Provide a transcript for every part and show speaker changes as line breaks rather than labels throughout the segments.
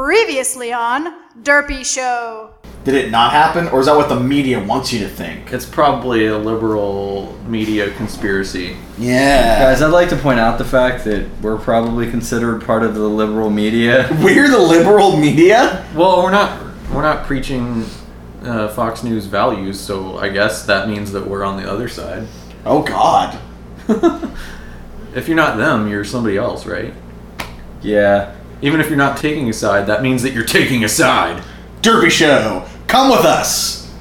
Previously on Derpy Show.
Did it not happen, or is that what the media wants you to think?
It's probably a liberal media conspiracy.
Yeah.
Guys, I'd like to point out the fact that we're probably considered part of the liberal media.
We're the liberal media?
Well, we're not we're not preaching uh, Fox News values, so I guess that means that we're on the other side.
Oh, God.
If you're not them, you're somebody else, right?
Yeah.
Even if you're not taking a side, that means that you're taking a side.
Derby Show, come with us.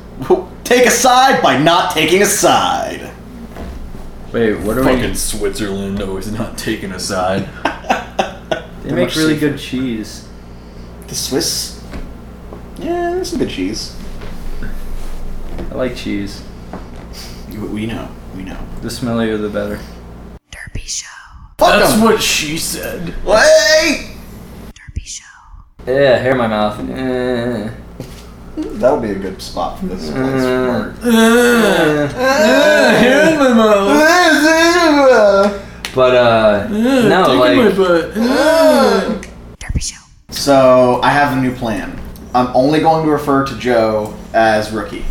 Take a side by not taking a side.
Wait, what are we?
Switzerland always not taking a side.
They make really good cheese.
The Swiss? Yeah, there's some good cheese.
I like cheese.
We know. We know.
The smellier the better.
Derpy Show.
Fuck them.
what she said.
Wait!
Derpy Show.
Yeah, hair in my mouth. Eh.
That would be a good spot for this place.
Mm.
for-
Eh.
hair in my mouth.
But uh, no, like
Derpy Show.
So, I have a new plan. I'm only going to refer to Joe as rookie.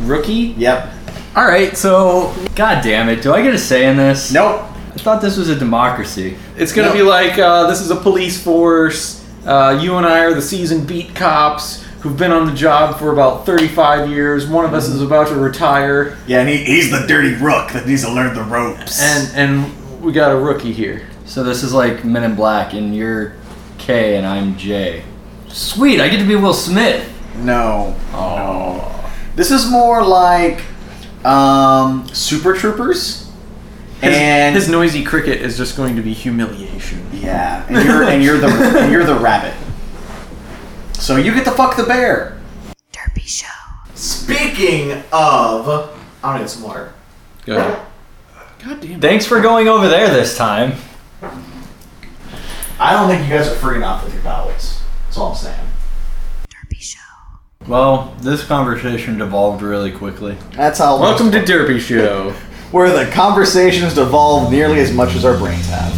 rookie.
Yep.
All right, so
God damn it! Do I get a say in this?
Nope.
I thought this was a democracy.
It's gonna
No.
be like uh, this is a police force. Uh, you and I are the seasoned beat cops who've been on the job for about 35 years. One of us is about to retire,
Yeah, and he, he's the dirty rook that needs to learn the ropes.
and and we got a rookie here.
So this is like Men in Black, and you're K, and I'm J. Sweet, I get to be Will Smith.
no,
Oh.
no, this is more like um, Super Troopers,
His,
and
his noisy cricket is just going to be humiliation.
yeah, and you're and you're the and you're the rabbit. So you get to fuck the bear.
Derpy Show.
Speaking of, I don't need some water.
Go ahead. God damn.
Thanks for going over there this time.
I don't think you guys are free enough with your bowels. That's all I'm saying.
Derpy Show.
Well, this conversation devolved really quickly.
That's how.
Welcome to Derpy Show.
where the conversations devolve nearly as much as our brains have.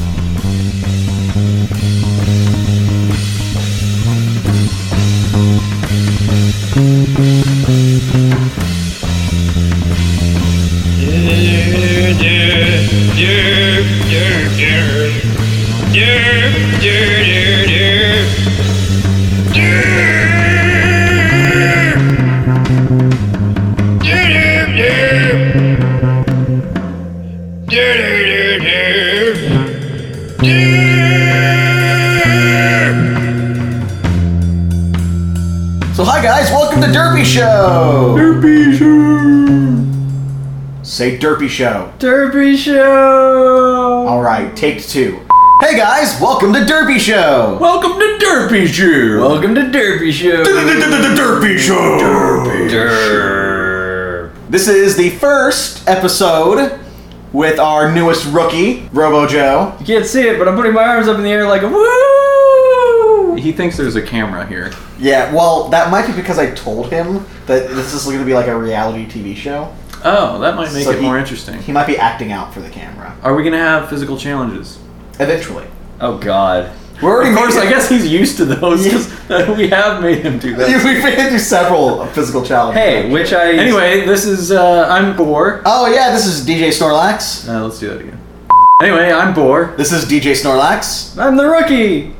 So hi guys, welcome to Derpy Show. Derpy Show. Say Derpy Show.
Derpy Show!
All right, take two. Hey guys, welcome to Derpy Show.
Welcome to Derpy Show.
Welcome to Derpy Show!
Derpy Show. This is the first episode with our newest rookie, Robo Joe.
You can't see it, but I'm putting my arms up in the air like a woo!
He thinks there's a camera here.
Yeah, well, that might be because I told him that this is going to be like a reality TV show.
Oh, that might make
So
it
he-
more interesting.
He might be acting out for the camera
Are we gonna have physical challenges?
eventually.
Oh god.
We're already
Of course,
making-
I guess he's used to those
Yeah.
'cause uh, we have made him do that.
We've been through several physical challenges.
Hey, which I.
Anyway, this is uh, I'm Boar.
Oh yeah, this is DJ Snorlax.
Uh, let's do that again. Anyway, I'm Boar.
This is DJ Snorlax.
I'm the rookie!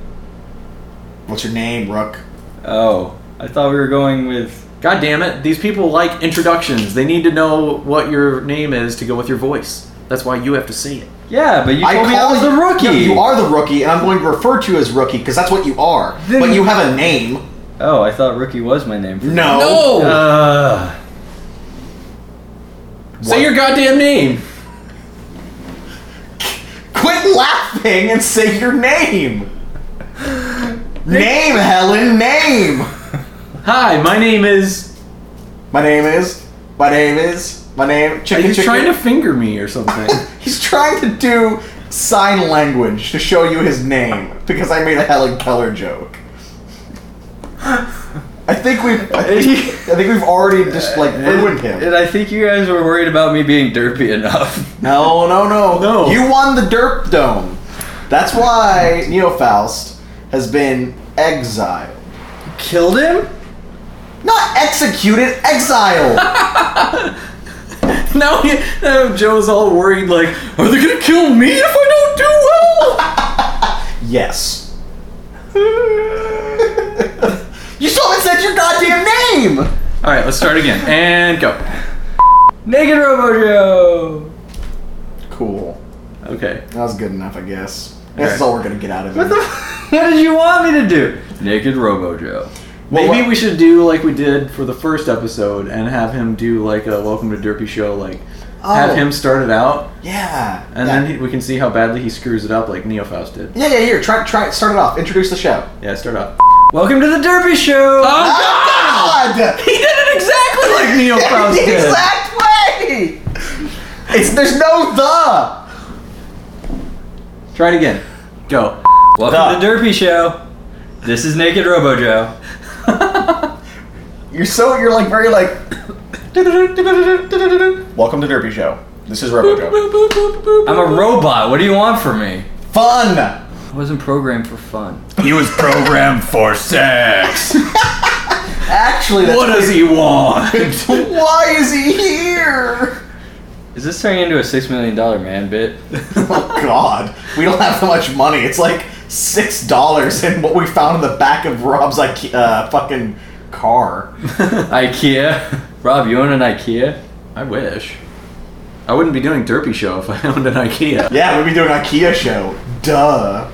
What's your name, Rook?
Oh, I thought we were going with.
God damn it! These people like introductions. They need to know what your name is to go with your voice. That's why you have to say it.
Yeah, but you told me I was
you
the rookie!
Yeah, you are the rookie, and I'm going to refer to you as rookie because that's what you are.
Then-
but you have a name.
Oh, I thought rookie was my name. For
No.
Uh,
What?
Say your goddamn name.
Quit laughing and say your name. name, Helen. Name.
Hi, my name is.
My name is. My name is. My name. Chicken.
He's
chicken.
trying to finger me or something.
He's trying to do sign language to show you his name because I made a Helen Keller joke. I think we've I think, I think we've already just like ruined him.
And I think you guys were worried about me being derpy enough.
No, no, no,
No.
You won the Derp Dome. That's why Neo Faust has been exiled.
Killed him?
Not executed, exiled!
Now, he, now Joe's all worried, like, are they gonna kill me if I don't do well?
Yes. you still haven't said your goddamn name!
all right, let's start again and go.
Naked Robo Joe!
Cool.
Okay.
That was good enough, I guess. That's
Alright.
all we're gonna get out of it.
what did you want me to do? Naked Robo Joe.
Maybe
what-
we should do like we did for the first episode and have him do like a Welcome to Derpy show, like
Oh.
have him start it out,
yeah.
and
yeah.
then he, we can see how badly he screws it up, like Neo Faust did.
Yeah, yeah, here. Try, try, start it off. Introduce the show.
Yeah, start off.
Welcome to the Derpy Show!
Oh, God!
He did it exactly like Neo Faust
the
did.
exact way! It's, there's no the!
Try it again. Go.
Welcome to the Derpy Show. This is Naked Robo Joe.
You're so, you're like very like, welcome to Derpy Show. This is RoboJo.
I'm a robot. What do you want from me?
Fun!
I wasn't programmed for fun.
He was programmed for sex.
Actually, that's
what does he want?
Why is he here?
Is this turning into a six million dollar man bit?
Oh God, we don't have that much money. It's like six dollars and what we found in the back of Rob's like uh, fucking car.
IKEA? Rob, you own an IKEA?
I wish. I wouldn't be doing Derpy Show if I owned an IKEA.
Yeah, we'd be doing an IKEA show. Duh.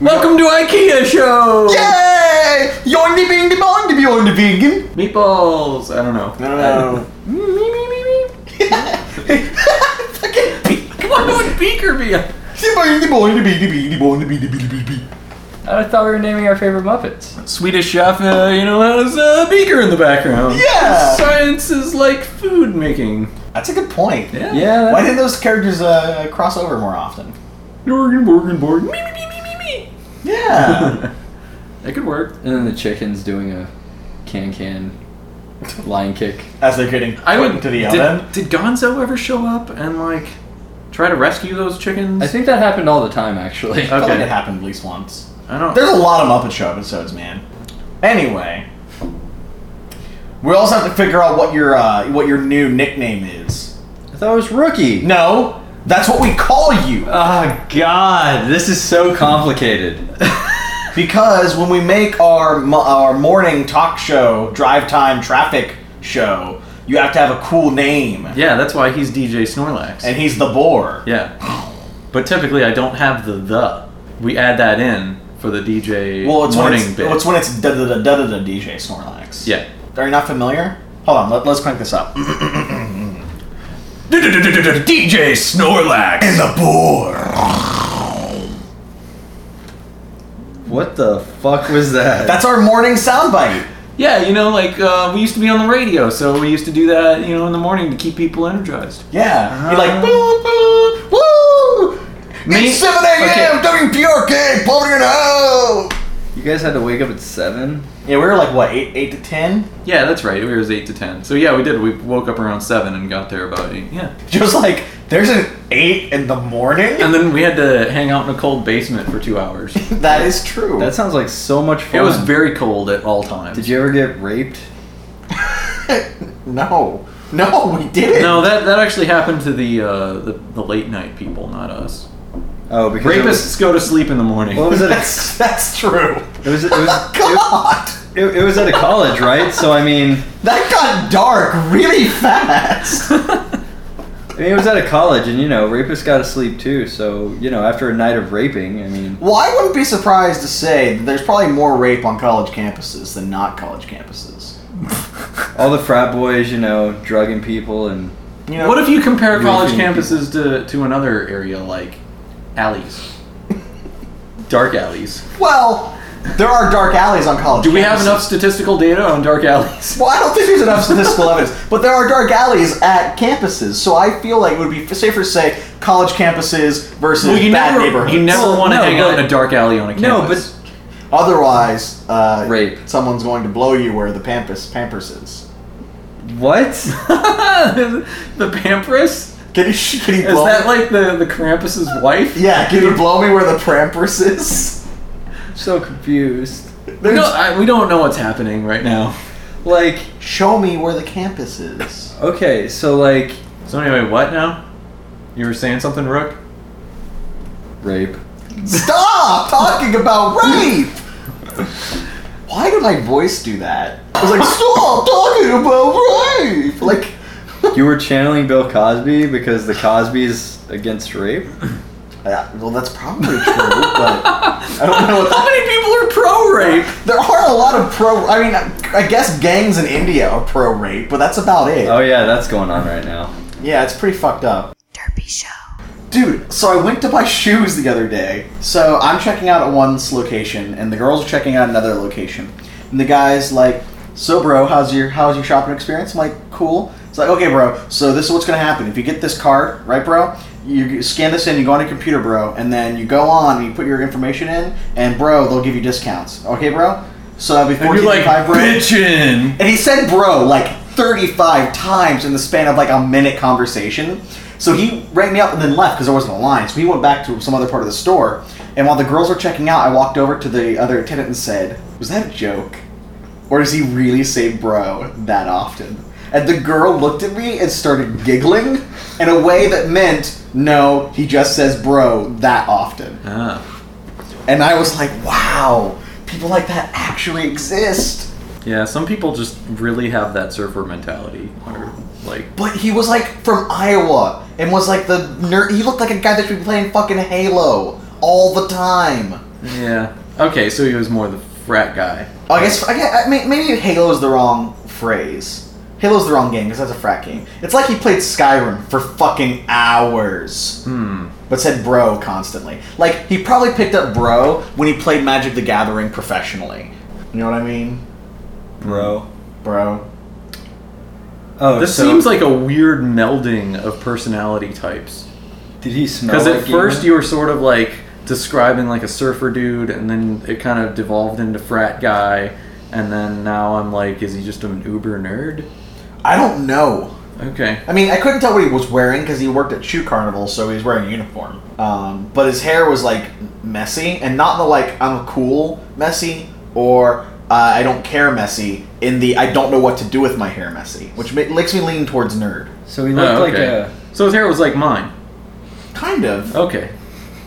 Welcome to IKEA Show!
Yay! Yoindy bing de bong de beyond vegan.
Meatballs! I don't know.
I don't know.
Me, me, me, me.
Fucking bing
Come on, what would Beaker be?
de bong de bong de bee de bee de bong de bee de bee de bee de bee.
I thought we were naming our favorite Muppets.
Swedish chef, uh, you know, has a beaker in the background.
Yeah.
Science is like food making.
That's a good point.
Yeah,
Why
that's-
didn't those characters uh, cross over more often?
Morgan, Morgan, Morgan. Me, me, me, me, me, me.
Yeah.
That could work.
and then the chicken's doing a can can lion kick.
As they're getting put into the
did,
oven.
Did Gonzo ever show up and, like, try to rescue those chickens?
I think that happened all the time, actually.
I feel
okay.
like it happened at least once.
I don't.
There's a lot of Muppet Show episodes, man. Anyway, we also have to figure out what your uh, what your new nickname is.
I thought it was Rookie.
No, that's what we call you
Oh God, this is so complicated.
because when we make our mo- our morning talk show, drive time traffic show, you have to have a cool name,
Yeah, that's why he's DJ Snorlax.
and he's the boar.
yeah. But typically, I don't have the the. We add that in for the DJ
Well, it's when
morning
it's,
bit.
it's when it's da da da da da DJ Snorlax.
yeah.
Are you not familiar? Hold on, let, let's crank this up.
DJ Snorlax.
And the boar.
What the fuck was that?
That's our morning soundbite.
Yeah, you know, like uh, we used to be on the radio, so we used to do that, you know, in the morning to keep people energized.
Yeah. You're like,
Uh-huh.
boo, boo, woo!
Me-
It's 7 a.m. WPRK, party it out!
you guys had to wake up at seven.
Yeah, we were like, what, 8, eight to 10?
Yeah, that's right. It was eight to ten. So yeah, we did. We woke up around seven and got there about eight. Yeah,
Just like, there's an 8 in the morning?
and then we had to hang out in a cold basement for two hours.
that is true.
That sounds like so much fun.
It was very cold at all times.
Did you ever get raped?
no. No, we didn't.
No, that that actually happened to the uh, the, the late night people, not us.
Oh, because it was-
Rapists go to sleep in the morning.
What was it?
That's, that's true.
It was it was
God!
it, it was at a college, right? So I mean,
That got dark really fast.
I mean, it was at a college, and you know, rapists got to sleep too. So you know, after a night of raping, I mean,
well, I wouldn't be surprised to say that there's probably more rape on college campuses than not college campuses.
all the frat boys, you know, drugging people, and
You know,
What if you compare college
Roofing.
campuses to, to another area like alleys, dark alleys?
Well, there are dark alleys on college.
Do we have
campuses.
enough statistical data on dark alleys?
Well, I don't think there's enough statistical evidence, but there are dark alleys at campuses, so I feel like it would be safer to say college campuses versus
you
bad
never,
neighborhoods.
you never
Well,
want to
no,
hang out
but-
in a dark alley on a
No,
campus.
Otherwise, uh,
Rape.
someone's going to blow you where the pampers pampers is.
what?
No, but the Pampers
Can you, can you
is
blow?
that like the the Krampus's wife?
yeah, can you blow me where the pampers is?
so confused.
We don't, I, we don't know what's happening right now. Like,
Show me where the campus is.
Okay, so like
so anyway, what now? You were saying something, Rook?
rape.
Stop talking about rape! Why did my voice do that? I was like, stop talking about rape! Like,
You were channeling Bill Cosby because the Cosby's against rape.
yeah, well, that's probably true, but I don't know what
How many people are pro rape?
There are a lot of pro. I mean, I guess gangs in India are pro rape, but that's about it.
Oh yeah, that's going on right now.
Yeah, it's pretty fucked up.
Derpy Show.
Dude, so I went to buy shoes the other day. So I'm checking out at one's location, and the girls are checking out another location. And the guy's like, "So, bro, how's your how's your shopping experience?" I'm like, "Cool." It's like, "Okay, bro. So this is what's gonna happen. If you get this card, right, bro? You scan this in, you go on your computer, bro, and then you go on and you put your information in, and bro, they'll give you discounts. Okay, bro? So before
And you're like,
bro,
bitchin'.
And he said bro like 35 times in the span of like a minute conversation. So he rang me up and then left because there wasn't a line. So he went back to some other part of the store. And while the girls were checking out, I walked over to the other tenant and said, Was that a joke? Or does he really say bro that often? And the girl looked at me and started giggling in a way that meant, No, he just says bro that often.
Ah,
And I was like, Wow, people like that actually exist.
yeah, some people just really have that surfer mentality. Or, like,
But he was like from Iowa and was like the nerd. He looked like a guy that should be playing fucking Halo all the time.
yeah. Okay, so he was more the frat guy.
Oh, I guess I, guess- I mean, maybe Halo is the wrong phrase. Halo's the wrong game because that's a frat game. It's like he played Skyrim for fucking hours,
Hmm.
but said bro constantly. Like he probably picked up bro when he played Magic the Gathering professionally. You know what I mean,
Bro.
bro?
Oh,
This
so
seems like a weird melding of personality types.
did he smell?
Because
like
at first
human?
you were sort of like describing like a surfer dude, and then it kind of devolved into frat guy, and then now I'm like, is he just an uber nerd?
I don't know.
Okay.
I mean, I couldn't tell what he was wearing because he worked at Shoe Carnival, so he was wearing a uniform. Um, but his hair was like messy, and not in the like I'm cool messy or uh, I don't care messy. In the I don't know what to do with my hair messy, which ma- makes me lean towards nerd.
So he looked
Oh,
like
okay.
a.
So his hair was like mine.
Kind of.
Okay.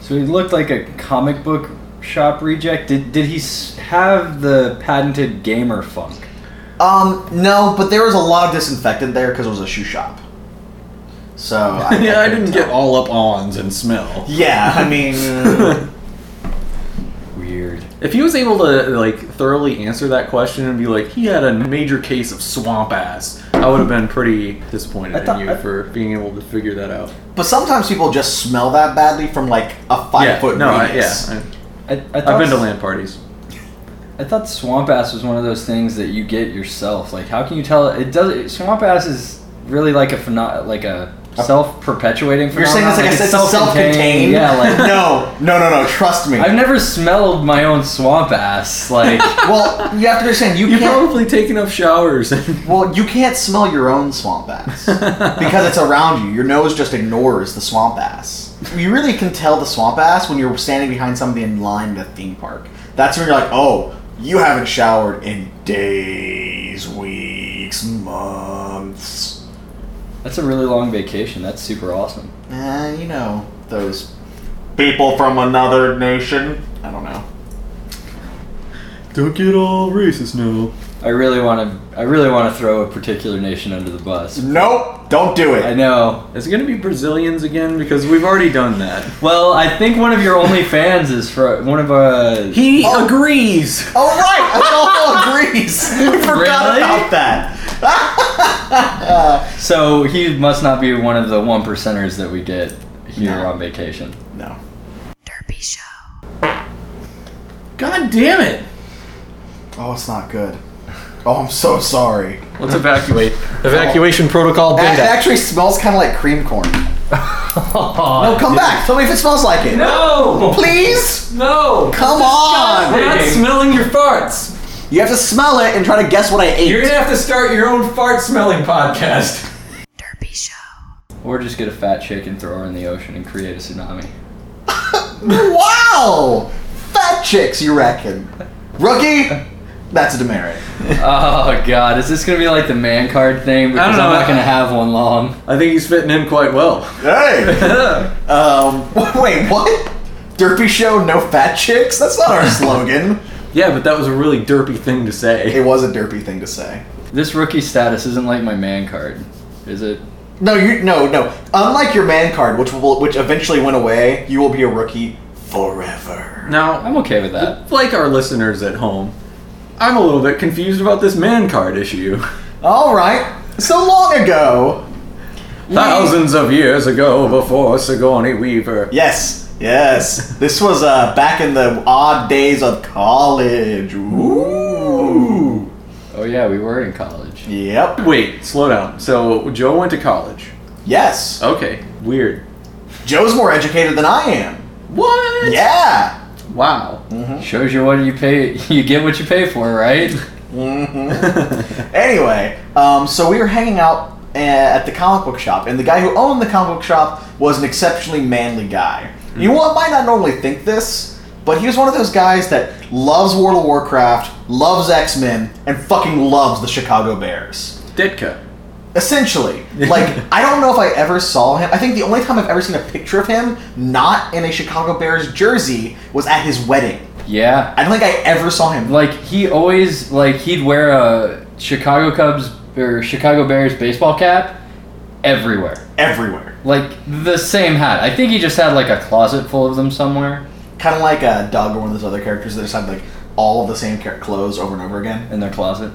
So he looked like a comic book shop reject. Did did he s- have the patented gamer funk?
Um, no, but there was a lot of disinfectant there because it was a shoe shop. So I,
yeah, I
couldn't
didn't
tell.
get all up ons and smell.
Yeah, I mean, uh,
Weird.
If he was able to like thoroughly answer that question and be like, he had a major case of swamp ass, I would have been pretty disappointed
I thought-
in you for being able to figure that out.
but sometimes people just smell that badly from like a five
yeah,
foot
no, I, yeah,
radius.
I,
I, I thought,
I've been to land parties.
I thought swamp ass was one of those things that you get yourself. Like, how can you tell? It does. Swamp ass is really like a pheno- like a self perpetuating
You're
phenomenon.
saying it's like, I said, it's self-contained.
Yeah, like
no, no, no, no. Trust me.
I've never smelled my own swamp ass. Like,
well, you have to understand you,
You
can't.
probably take enough showers.
Well, you can't smell your own swamp ass because it's around you. Your nose just ignores the swamp ass. You really can tell the swamp ass when you're standing behind somebody in line at a theme park. That's when you're like, oh, you haven't showered in days, weeks, months.
that's a really long vacation. That's super awesome.
Eh, you know those people from another nation. I don't know.
Don't get all racist now.
I really want to. I really want to throw a particular nation under the bus.
Nope, don't do it.
I know.
Is it gonna be Brazilians again? Because we've already done that.
Well, I think one of your only fans is for one of uh.
He agrees.
Oh right, Adolfo agrees. I forgot
Really?
about that.
So he must not be one of the one percenters that we get here
No.
on vacation.
No.
Derpy Show.
God damn it!
Oh, it's not good. Oh, I'm so sorry.
Let's evacuate. Oh. Evacuation protocol
It
beta.
actually smells kind of like cream corn. No, come back. Tell me if it smells like it.
No!
Please?
No!
Come
We're
on.
not smelling your farts.
You have to smell it and try to guess what I ate.
You're gonna have to start your own fart smelling podcast.
Derpy Show.
Or just get a fat chick and throw her in the ocean and create a tsunami.
wow. Fat chicks, you reckon? Rookie? That's a demerit.
Oh god, is this gonna be like the man card thing? Because
know,
I'm
I-
not gonna have one long.
I think he's fitting in quite well.
Hey!
I
um, wait, what? Derpy show, no fat chicks? That's not our slogan.
Yeah, but that was a really derpy thing to
It
say.
was a derpy thing to say.
This rookie status isn't like my man card, is it?
No, you no no. Unlike your man card, which will which eventually went away, you will be a rookie forever.
Now,
I'm okay with that.
like our listeners at home, I'm a little bit confused about this man card issue.
All right. So long ago. we-
Thousands of years ago, before Sigourney Weaver.
Yes, yes. This was uh, back in the odd days of college. Ooh.
Oh yeah, we were in college.
Yep.
Wait, slow down. So Joe went to college.
Yes.
Okay, weird.
Joe's more educated than I am.
What?
Yeah.
Wow.
Shows you what you pay. You get what you pay for, right?
Mm-hmm. Anyway, um, so we were hanging out uh, at the comic book shop, and the guy who owned the comic book shop was an exceptionally manly guy. You all might not normally think this, but he was one of those guys that loves World of Warcraft, loves X Men, and fucking loves the Chicago Bears.
Ditka.
Essentially, like I don't know if I ever saw him. I think the only time I've ever seen a picture of him not in a Chicago Bears jersey was at his wedding.
yeah.
I don't think I ever saw him.
Like he always like he'd wear a Chicago Cubs or Chicago Bears baseball cap everywhere.
everywhere.
Like the same hat. I think he just had like a closet full of them somewhere,
kind of like a dog or one of those other characters that just have like all of the same char- clothes over and over again.
in their closet.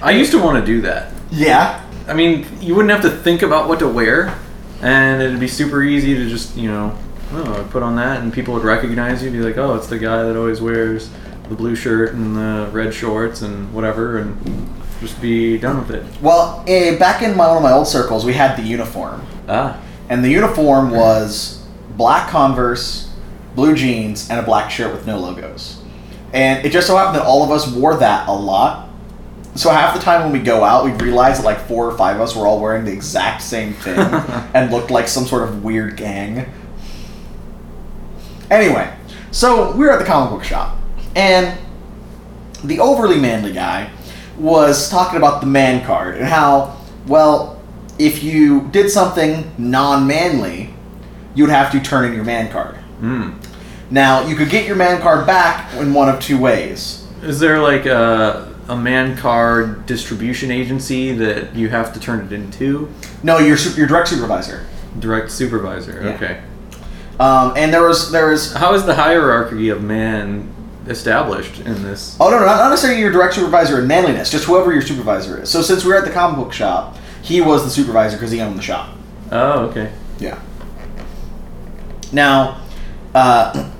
I used to want to do that.
Yeah,
I mean, you wouldn't have to think about what to wear, and it'd be super easy to just, you know, oh, I put on that, and people would recognize you, be like, oh, it's the guy that always wears the blue shirt and the red shorts and whatever, and just be done with it.
Well, eh, back in my, one of my old circles, we had the uniform,
Ah,
and the uniform was black Converse, blue jeans, and a black shirt with no logos. And it just so happened that all of us wore that a lot. So half the time when we go out, we realize that like four or five of us were all wearing the exact same thing and looked like some sort of weird gang. Anyway, so we were at the comic book shop, and the overly manly guy was talking about the man card and how, well, if you did something non manly, you would have to turn in your man card.
hmm.
Now, you could get your man card back in one of two ways.
Is there like a, a man card distribution agency that you have to turn it into?
No, your, su- your direct supervisor.
Direct supervisor,
Yeah.
okay.
Um, and there was, there was,
How is the hierarchy of man established in this?
oh no, no, not necessarily your direct supervisor in manliness, just whoever your supervisor is. So since we were at the comic book shop, he was the supervisor because he owned the shop.
Oh, okay.
Yeah. Now, uh,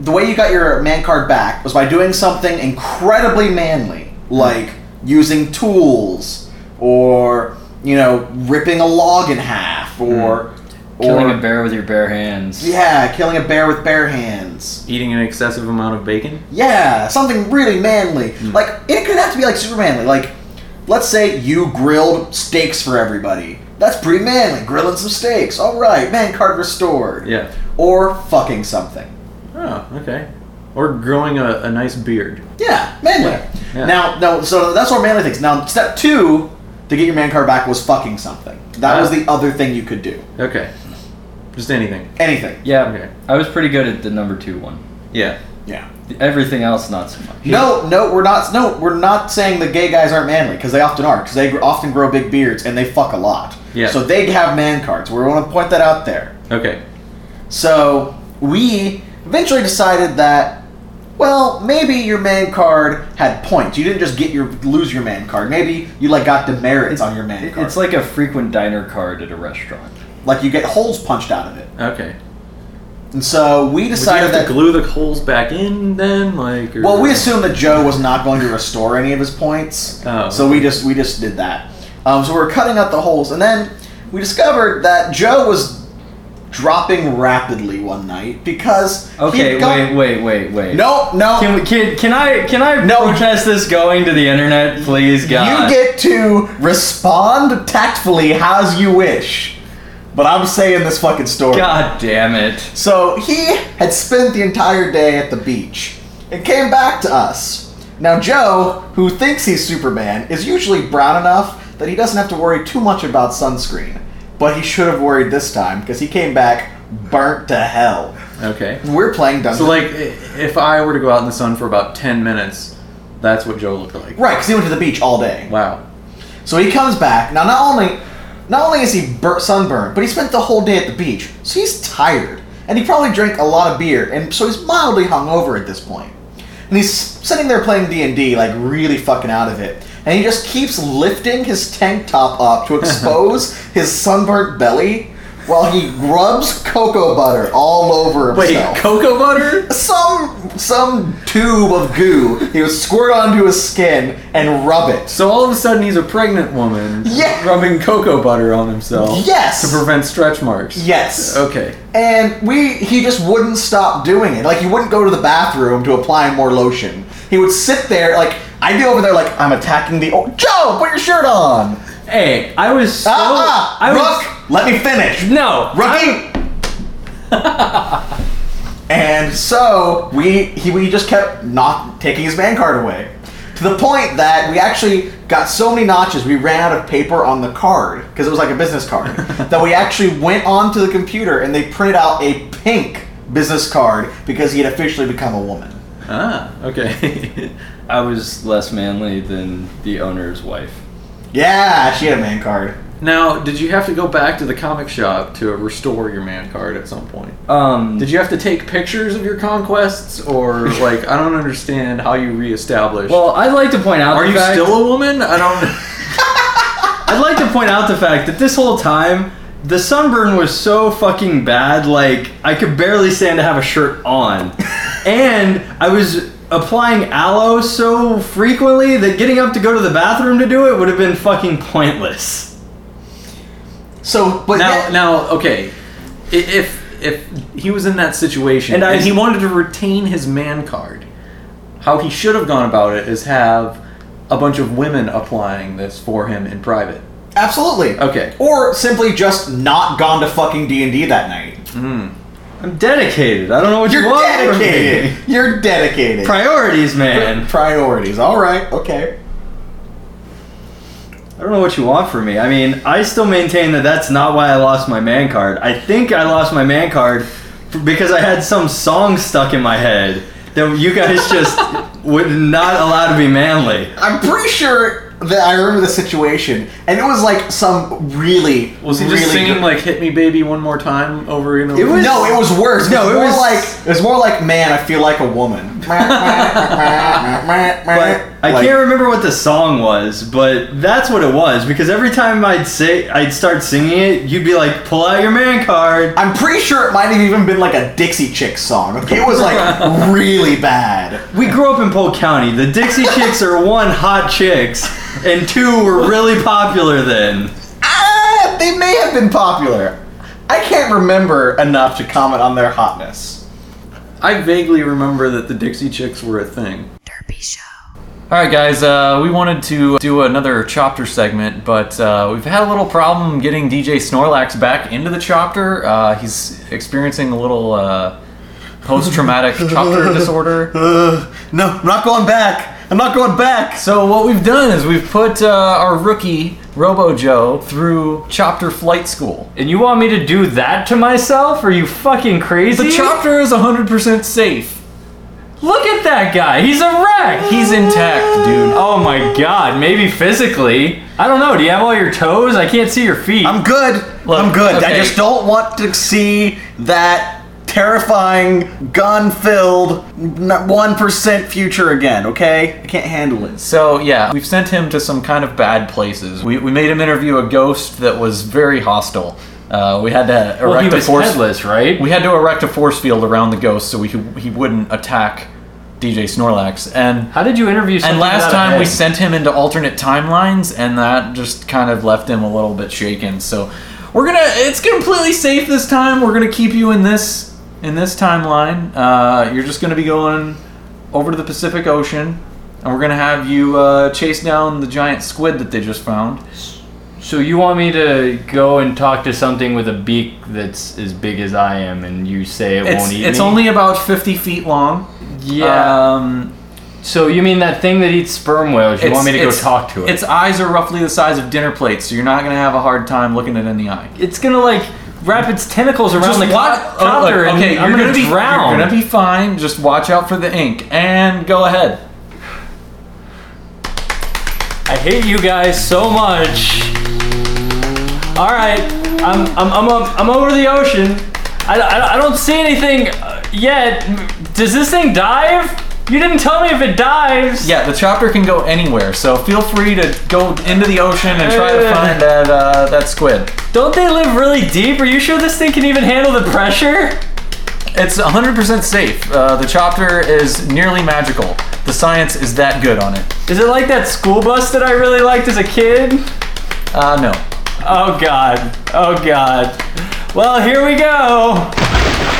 the way you got your man card back was by doing something incredibly manly, like using tools, or you know, ripping a log in half, or
Killing
or
a bear with your bare hands.
yeah, killing a bear with bare hands.
Eating an excessive amount of bacon?
Yeah, something really manly. Like it could have to be like super manly. Like, let's say you grilled steaks for everybody. That's pretty manly. Grilling some steaks. All right, man card restored.
Yeah.
or fucking something.
Oh, okay. Or growing a, a nice beard.
Yeah, manly.
Yeah.
Now, no, so that's what manly things. Now, step two to get your man card back was fucking something. That was
Ah.
the other thing you could do.
Okay. Just anything.
Anything.
Yeah,
Okay.
I was pretty good at the number two one.
Yeah.
Yeah.
The- Everything else, not so much.
No, no, we're not. No, we're not saying the gay guys aren't manly because they often are. Because they gr- often grow big beards and they fuck a lot.
Yeah.
So they have man cards. We want to point that out there.
Okay.
So we eventually decided that, well, maybe your man card had points. You didn't just get your lose your man card. Maybe you like got demerits on your man
It-
card.
It's like a frequent diner card at a restaurant.
like you get holes punched out of it.
Okay.
And so we
Would you have
decided
to
that.
glue the holes back in then, like. Or...
well, we assumed that Joe was not going to restore any of his points,
Oh.
so we just we just did that. Um, so we were cutting out the holes, and then we discovered that Joe was dropping rapidly one night because he'd
Okay,
gone-
wait, wait, wait, wait.
no, no,
Can, we, can, can I can I
No.
protest this going to the internet, please, God?
You get to respond tactfully as you wish. But I'm saying this fucking story.
God damn it!
So he had spent the entire day at the beach. and came back to us. Now, Joe, who thinks he's Superman, is usually brown enough that he doesn't have to worry too much about sunscreen. But he should have worried this time because he came back burnt to hell.
Okay.
We're playing Dungeons.
So like, i- if I were to go out in the sun for about ten minutes, that's what Joe looked like.
right, because he went to the beach all day.
Wow.
So he comes back. Now, not only not only is he bur- sunburned, but he spent the whole day at the beach, so he's tired, and he probably drank a lot of beer, and so he's mildly hungover at this point. And he's sitting there playing D and D, like really fucking out of it, and he just keeps lifting his tank top up to expose his sunburnt belly. While he rubs cocoa butter all over
Wait,
himself
cocoa butter?
some some tube of goo he would squirt onto his skin and rub it.
So all of a sudden he's a pregnant woman
Yeah.
rubbing cocoa butter on himself.
Yes.
To prevent stretch marks.
Yes.
Okay.
And we he just wouldn't stop doing it. Like he wouldn't go to the bathroom to apply more lotion. He would sit there like I'd be over there like I'm attacking the oh Joe, put your shirt on.
Hey, I was so.
Ah, ah
I was.
Rook, let me finish.
No.
Rookie. and so we he we just kept not taking his man card away to the point that we actually got so many notches we ran out of paper on the card because it was like a business card that we actually went onto the computer and they printed out a pink business card because he had officially become a woman.
Ah. Okay.
I was less manly than the owner's wife.
Yeah, she had a man card.
now, did you have to go back to the comic shop to restore your man card at some point?
Um,
Did you have to take pictures of your conquests, or like I don't understand how you reestablish?
Well, I'd like to point out.
are
the
you
fact-
still a woman? I don't.
I'd like to point out the fact that this whole time, the sunburn was so fucking bad, like, I could barely stand to have a shirt on. and I was applying aloe so frequently that getting up to go to the bathroom to do it would have been fucking pointless.
So, but
now,
yeah-
now, okay, I- if if he was in that situation
And
and,
I-
he wanted to retain his man card, how he should have gone about it is have a bunch of women applying this for him in private.
absolutely.
Okay.
Or simply just not gone to fucking D&D that night.
I'm dedicated. I don't know what
You're
you want from me.
dedicated. You're dedicated.
Priorities, man.
Priorities. All right. Okay.
I don't know what you want from me. I mean, I still maintain that that's not why I lost my man card. I think I lost my man card f- because I had some song stuck in my head that you guys just would not allow to be manly.
I'm pretty sure that I remember the situation, and it was like some really
Was he
really
just singing
good-
like "Hit Me, Baby" one more time over and over?
It was-
no, it was worse.
No, it
more
was-
like it was more like man, I feel like a woman. but
But I can't remember what the song was, but that's what it was because every time I'd say I'd start singing it, you'd be like, "Pull out your man card."
I'm pretty sure it might have even been like a Dixie Chicks song. It was like really bad.
We grew up in Polk County. The Dixie Chicks are one hot chicks, and two were really popular then.
Ah, they may have been popular. I can't remember enough to comment on their hotness.
I vaguely remember that the Dixie Chicks were a thing.
Derpy Show.
All right, guys. Uh, we wanted to do another chopter segment, but uh, we've had a little problem getting DJ Snorlax back into the chopter. Uh, he's experiencing a little uh, post-traumatic chopter disorder.
Uh, no, I'm not going back. I'm not going back.
So what we've done is we've put uh, our rookie Robo Joe through chopter flight school.
And you want me to do that to myself? Are you fucking crazy?
The chopter is 100% safe.
Look at that guy. He's a wreck.
He's intact, dude.
Oh my god, maybe physically. I don't know. Do you have all your toes? I can't see your feet.
I'm good.
Look,
I'm good. I
okay.
just don't want to see that terrifying gun-filled n- 1% future again, okay? I can't handle it.
So yeah, we've sent him to some kind of bad places. We, we made him interview a ghost that was very hostile. Uh, we had to erect
well, he
a
was
force.
headless, right?
We had to erect a force field around the ghost so we could, he wouldn't attack DJ Snorlax. And
How did you interview
and
someone
last
without a
time we
head?
sent him into alternate timelines, and that just kind of left him a little bit shaken. So we're gonna it's completely safe this time. We're gonna keep you in this in this timeline. Uh, you're just gonna be going over to the Pacific Ocean. And we're gonna have you uh, chase down the giant squid that they just found.
So you want me to go and talk to something with a beak that's as big as I am, and you say it
It's,
won't eat
it's
me?
only about 50 feet long.
Yeah.
Um,
so you mean that thing that eats sperm whales? You want me to go
it's-
talk to it?
Its eyes are roughly the size of dinner plates, so you're not gonna have a hard time looking it in the eye.
it's gonna like wrap its tentacles around the
wa-
cop-
oh, look,
copter, and
okay,
I'm
you're
gonna,
gonna be,
drown.
You're gonna be fine. Just watch out for the ink and go ahead.
I hate you guys so much. All right, I'm I'm I'm, up, I'm over the ocean. I, I, I don't see anything uh, yet. Does this thing dive? You didn't tell me if it dives.
Yeah, the chopper can go anywhere, so feel free to go into the ocean and try to
Uh.
find that uh, that squid.
Don't they live really deep? Are you sure this thing can even handle the pressure?
It's 100% safe. Uh, the chopper is nearly magical. The science is that good on it.
Is it like that school bus that I really liked as a kid?
Uh, no.
Oh god. Oh god. Well, here we go.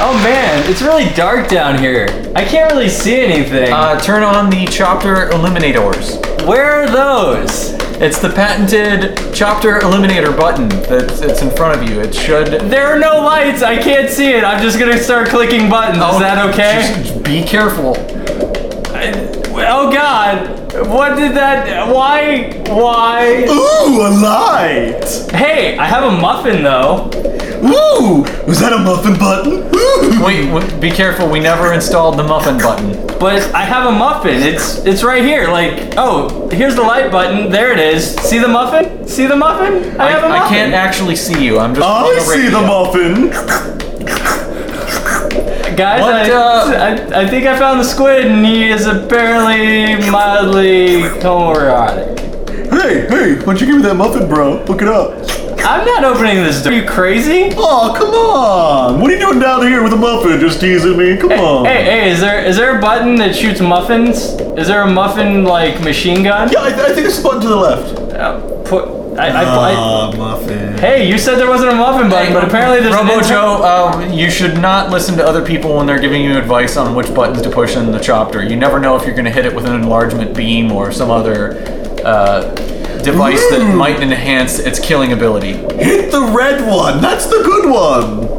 Oh man, it's really dark down here. I can't really see anything.
Uh, turn on the chopper illuminators.
Where are those?
It's the patented chopper illuminator button that's it's in front of you. It should.
There are no lights. I can't see it. I'm just gonna start clicking buttons. Is that okay?
Oh, Just be careful.
Oh God! What did that? Why? Why?
Ooh, a light!
Hey, I have a muffin though.
Ooh, was that a muffin button? Ooh.
Wait, wait, be careful. We never installed the muffin button.
But I have a muffin. It's it's right here. Like oh, here's the light button. There it is. See the muffin? See the muffin? I, have a muffin.
I can't actually see you. I'm just. on
I
the
see the
radio.
muffin.
Guys,
What,
I,
uh,
I I think I found the squid, and he is apparently mildly homoerotic.
Hey, hey, why'd you give me that muffin, bro? Look it up.
I'm not opening this door. Are you crazy?
Oh, come on! What are you doing down here with a muffin? Just teasing me? Come on.
Hey, hey, is there is there a button that shoots muffins? Is there a muffin like machine gun?
Yeah, I, I think it's the button to the left.
Uh, put, I,
Uh.
I, I,
muffin.
hey, you said there wasn't a muffin button, but apparently there's an
Robo
inter-
Joe, uh, you should not listen to other people when they're giving you advice on which buttons to push in the chopper. You never know if you're going to hit it with an enlargement beam or some other uh, device that might enhance its killing ability.
Hit the red one. That's the good one.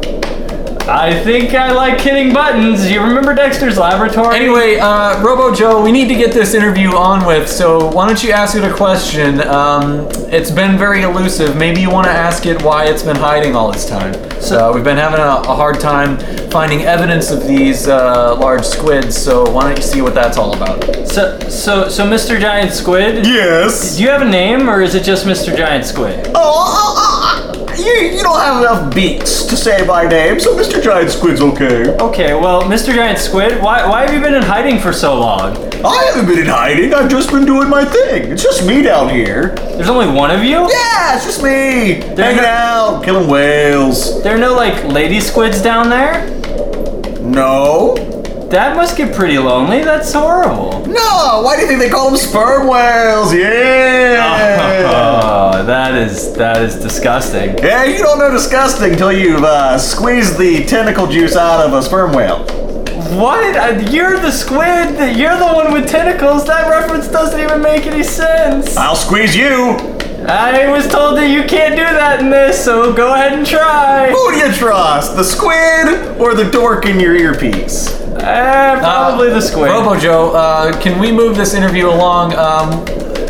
I think I like hitting buttons. You remember Dexter's Laboratory?
Anyway, uh, Robo Joe, we need to get this interview on with, so why don't you ask it a question? Um, it's been very elusive. Maybe you want to ask it why it's been hiding all this time. So we've been having a, a hard time finding evidence of these uh, large squids, so why don't you see what that's all about?
so so so Mr. Giant Squid.
Yes.
Do you have a name, or is it just Mr. Giant Squid?
Oh, oh, oh, oh, you, you don't have enough beats to say my name, so Mr. Giant Squid's
Oh.
okay.
Okay, well, Mr. Giant Squid, why why have you been in hiding for so long?
I haven't been in hiding. I've just been doing my thing. It's just me down here.
There's only one of you.
Yeah, it's just me. Hanging
no-
out, killing whales.
There are no like lady squids down there.
No.
That must get pretty lonely. That's horrible.
No, why do you think they call them sperm whales? Yeah.
Oh, that is that is disgusting.
yeah, you don't know disgusting until you've uh, squeezed the tentacle juice out of a sperm whale.
What? Uh, You're the squid. that- You're the one with tentacles. That reference doesn't even make any sense.
I'll squeeze you.
I was told that you can't do that in this, so go ahead and try.
Who do you trust, the squid or the dork in your earpiece?
Eh, probably
Uh,
the squid.
Robo Joe, uh, can we move this interview along? Um,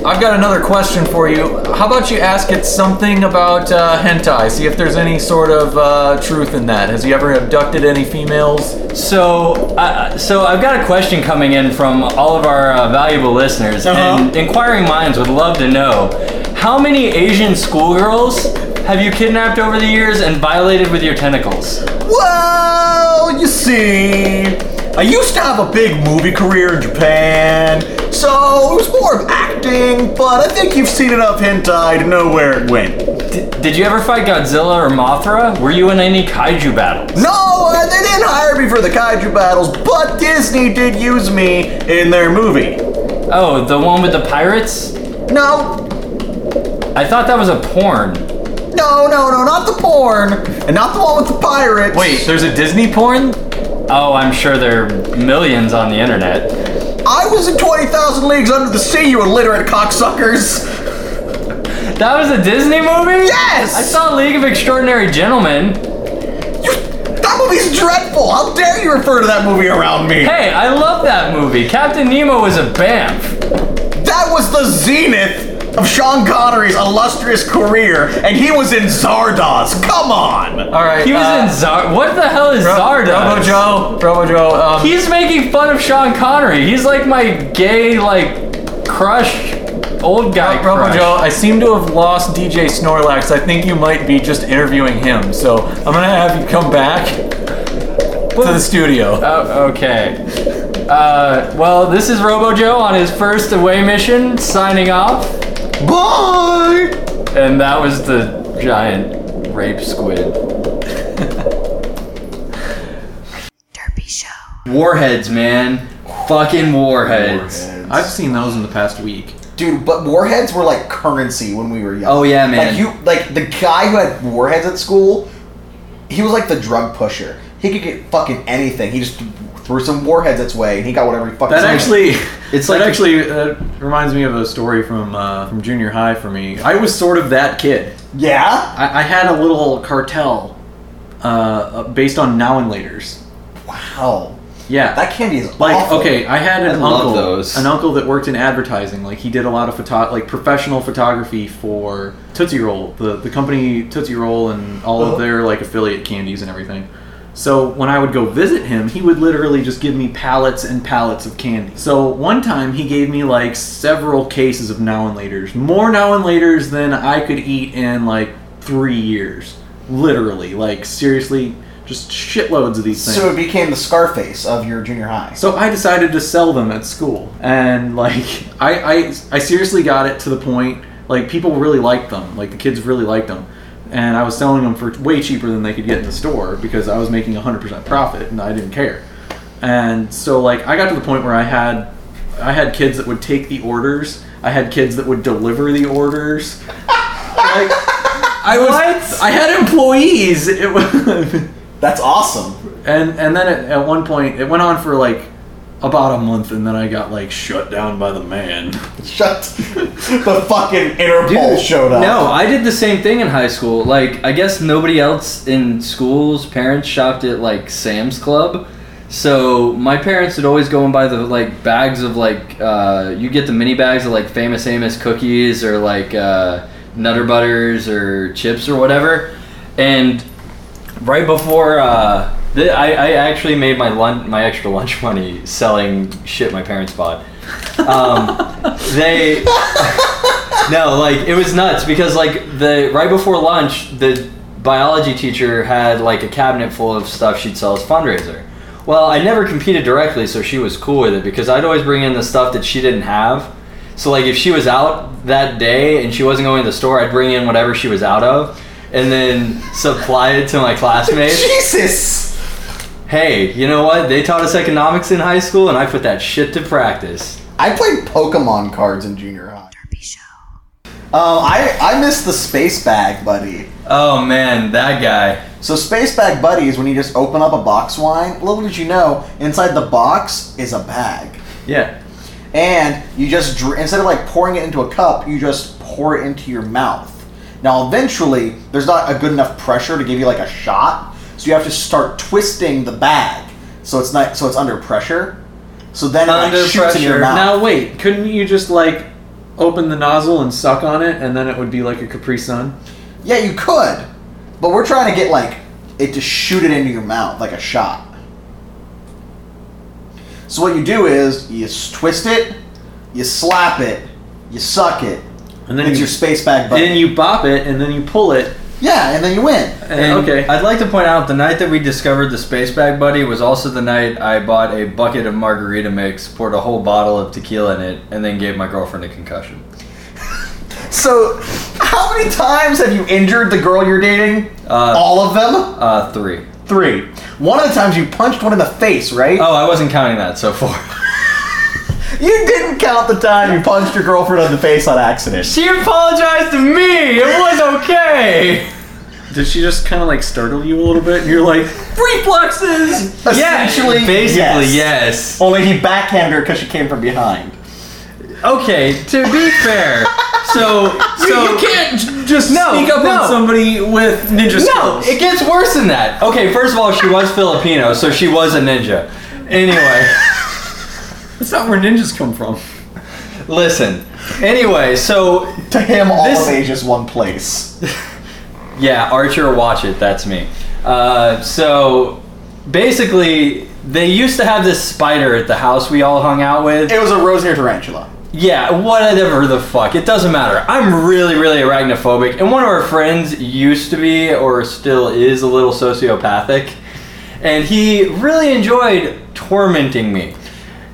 I've got another question for you. How about you ask it something about uh, hentai? See if there's any sort of uh, truth in that. Has he ever abducted any females?
So, uh, so I've got a question coming in from all of our uh, valuable listeners, and inquiring minds would love to know how many Asian schoolgirls have you kidnapped over the years and violated with your tentacles?
Well, you see, I used to have a big movie career in Japan, so it was more of acting, but I think you've seen enough hentai to know where it went.
D- did you ever fight Godzilla or Mothra? Were you in any kaiju battles?
No, uh, they didn't hire me for the kaiju battles, but Disney did use me in their movie.
Oh, the one with the pirates?
No,
I thought that was a porn.
no, no, no, not the porn, and not the one with the pirates.
Wait, there's a Disney porn?
Oh, I'm sure there are millions on the internet.
I was in 20,000 Leagues Under the Sea, you illiterate cocksuckers!
That was a Disney movie?
Yes!
I saw League of Extraordinary Gentlemen.
You- That movie's dreadful. How dare you refer to that movie around me?
Hey, I love that movie. Captain Nemo is a bamf.
That was the zenith of Sean Connery's illustrious career, and he was in Zardoz. Come on.
All right.
He was
uh,
in Zar. What the hell is
Ro-
Zardoz?
Robo Joe. Robo Joe. Um,
He's making fun of Sean Connery. He's like my gay, like, crush, old guy
Robo
crush.
Joe, I seem to have lost DJ Snorlax. I think you might be just interviewing him. So I'm gonna have you come back to the studio.
Oh, okay. Uh, well, this is Robo Joe on his first away mission, signing off.
Bye.
And that was the giant rape squid.
Derpy Show.
Warheads, man. Fucking warheads.
I've seen those in the past week.
Dude, but warheads were like currency when we were young.
Oh, yeah, man.
Like you, like the guy who had warheads at school, he was like the drug pusher. He could get fucking anything. He just threw some warheads its way, and he got whatever he fucking.
That actually,
It's
it's
like-
that actually uh, reminds me of a story from uh, from junior high for me. I was sort of that kid.
Yeah.
I, I had a little cartel uh, based on now and later's.
Wow.
Yeah,
Oh. That candy is
like
awful.
okay, I had an
I love
uncle,
those.
an uncle that worked in advertising. Like he did a lot of photo, like professional photography for Tootsie Roll, the the company Tootsie Roll, and all
Oh.
Uh-huh.
of their like affiliate candies and everything. So when I would go visit him, he would literally just give me pallets and pallets of candy. So one time he gave me like several cases of now and laters, more now and laters than I could eat in like three years, literally. Like seriously, just shitloads of these things.
So it became the Scarface of your junior high.
So I decided to sell them at school, and like I, I, I seriously got it to the point like people really liked them, like the kids really liked them, and I was selling them for way cheaper than they could get in the store because I was making 100% profit and I didn't care. And so like I got to the point where I had, I had kids that would take the orders, I had kids that would deliver the orders. like, I was, I had employees. It was.
That's awesome.
And and then at, at one point it went on for like about a month, and then I got like shut down by the man.
Shut. the fucking Interpol
Dude,
showed up.
No, I did the same thing in high school. Like, I guess nobody else in school's parents shopped at like Sam's Club. So my parents would always go and buy the like bags of like uh, you get the mini bags of like Famous Amos cookies or like uh, Nutter Butters or chips or whatever. And right before uh, th- I, I actually made my lunch my extra lunch money selling shit my parents bought. Um, they no, like it was nuts because like the right before lunch, the biology teacher had like a cabinet full of stuff she'd sell as fundraiser. Well, I never competed directly, so she was cool with it because I'd always bring in the stuff that she didn't have. So like if she was out that day and she wasn't going to the store, I'd bring in whatever she was out of and then supply it to my classmates
Jesus.
hey, you know what? They taught us economics in high school, and I put that shit to practice.
I played Pokemon cards in junior high.
Derpy Show.
Um, I I missed the space bag, buddy.
Oh man, that guy.
So space bag buddy is when you just open up a box wine. Little did you know, inside the box is a bag,
Yeah,
and you just dr- instead of like pouring it into a cup, you just pour it into your mouth. Now eventually, there's not a good enough pressure to give you like a shot, so you have to start twisting the bag so it's not so it's under pressure. So then it like,
Under
shoots in your
pressure.
mouth.
Now wait, couldn't you just like open the nozzle and suck on it, and then it would be like a Capri Sun?
yeah, you could, but we're trying to get like it to shoot it into your mouth like a shot. So what you do is you s- twist it, you slap it, you suck it.
And then
it's
you,
your space bag button.
then you bop it, and then you pull it.
yeah, and then you win.
And, okay.
I'd like to point out the night that we discovered the space bag buddy was also the night I bought a bucket of margarita mix, poured a whole bottle of tequila in it, and then gave my girlfriend a concussion.
So how many times have you injured the girl you're dating?
Uh,
All of them?
Uh, three.
Three. One of the times you punched one in the face, right?
Uh,
Oh, I wasn't counting that so far.
You didn't count the time you punched your girlfriend in the face on accident.
she apologized to me. It was okay.
Did she just kind of like startle you a little bit, and you're like reflexes?
Essentially,
basically, yes.
Only he backhanded her because she came from behind.
Okay, to be fair, so so
can't
just
No,
sneak up
no.
on somebody with ninja
No,
skills.
it gets worse than that. Okay, first of all, she was Filipino, so she was a ninja. Anyway,
That's not where ninjas come from.
listen. Anyway, so
To him, all
This-
of Asia's one place.
yeah, Archer, watch it. That's me. Uh, so basically, they used to have this spider at the house we all hung out with.
It was a rose near tarantula.
Yeah, whatever the fuck. It doesn't matter. I'm really, really arachnophobic, and one of our friends used to be, or still is, a little sociopathic, and he really enjoyed tormenting me.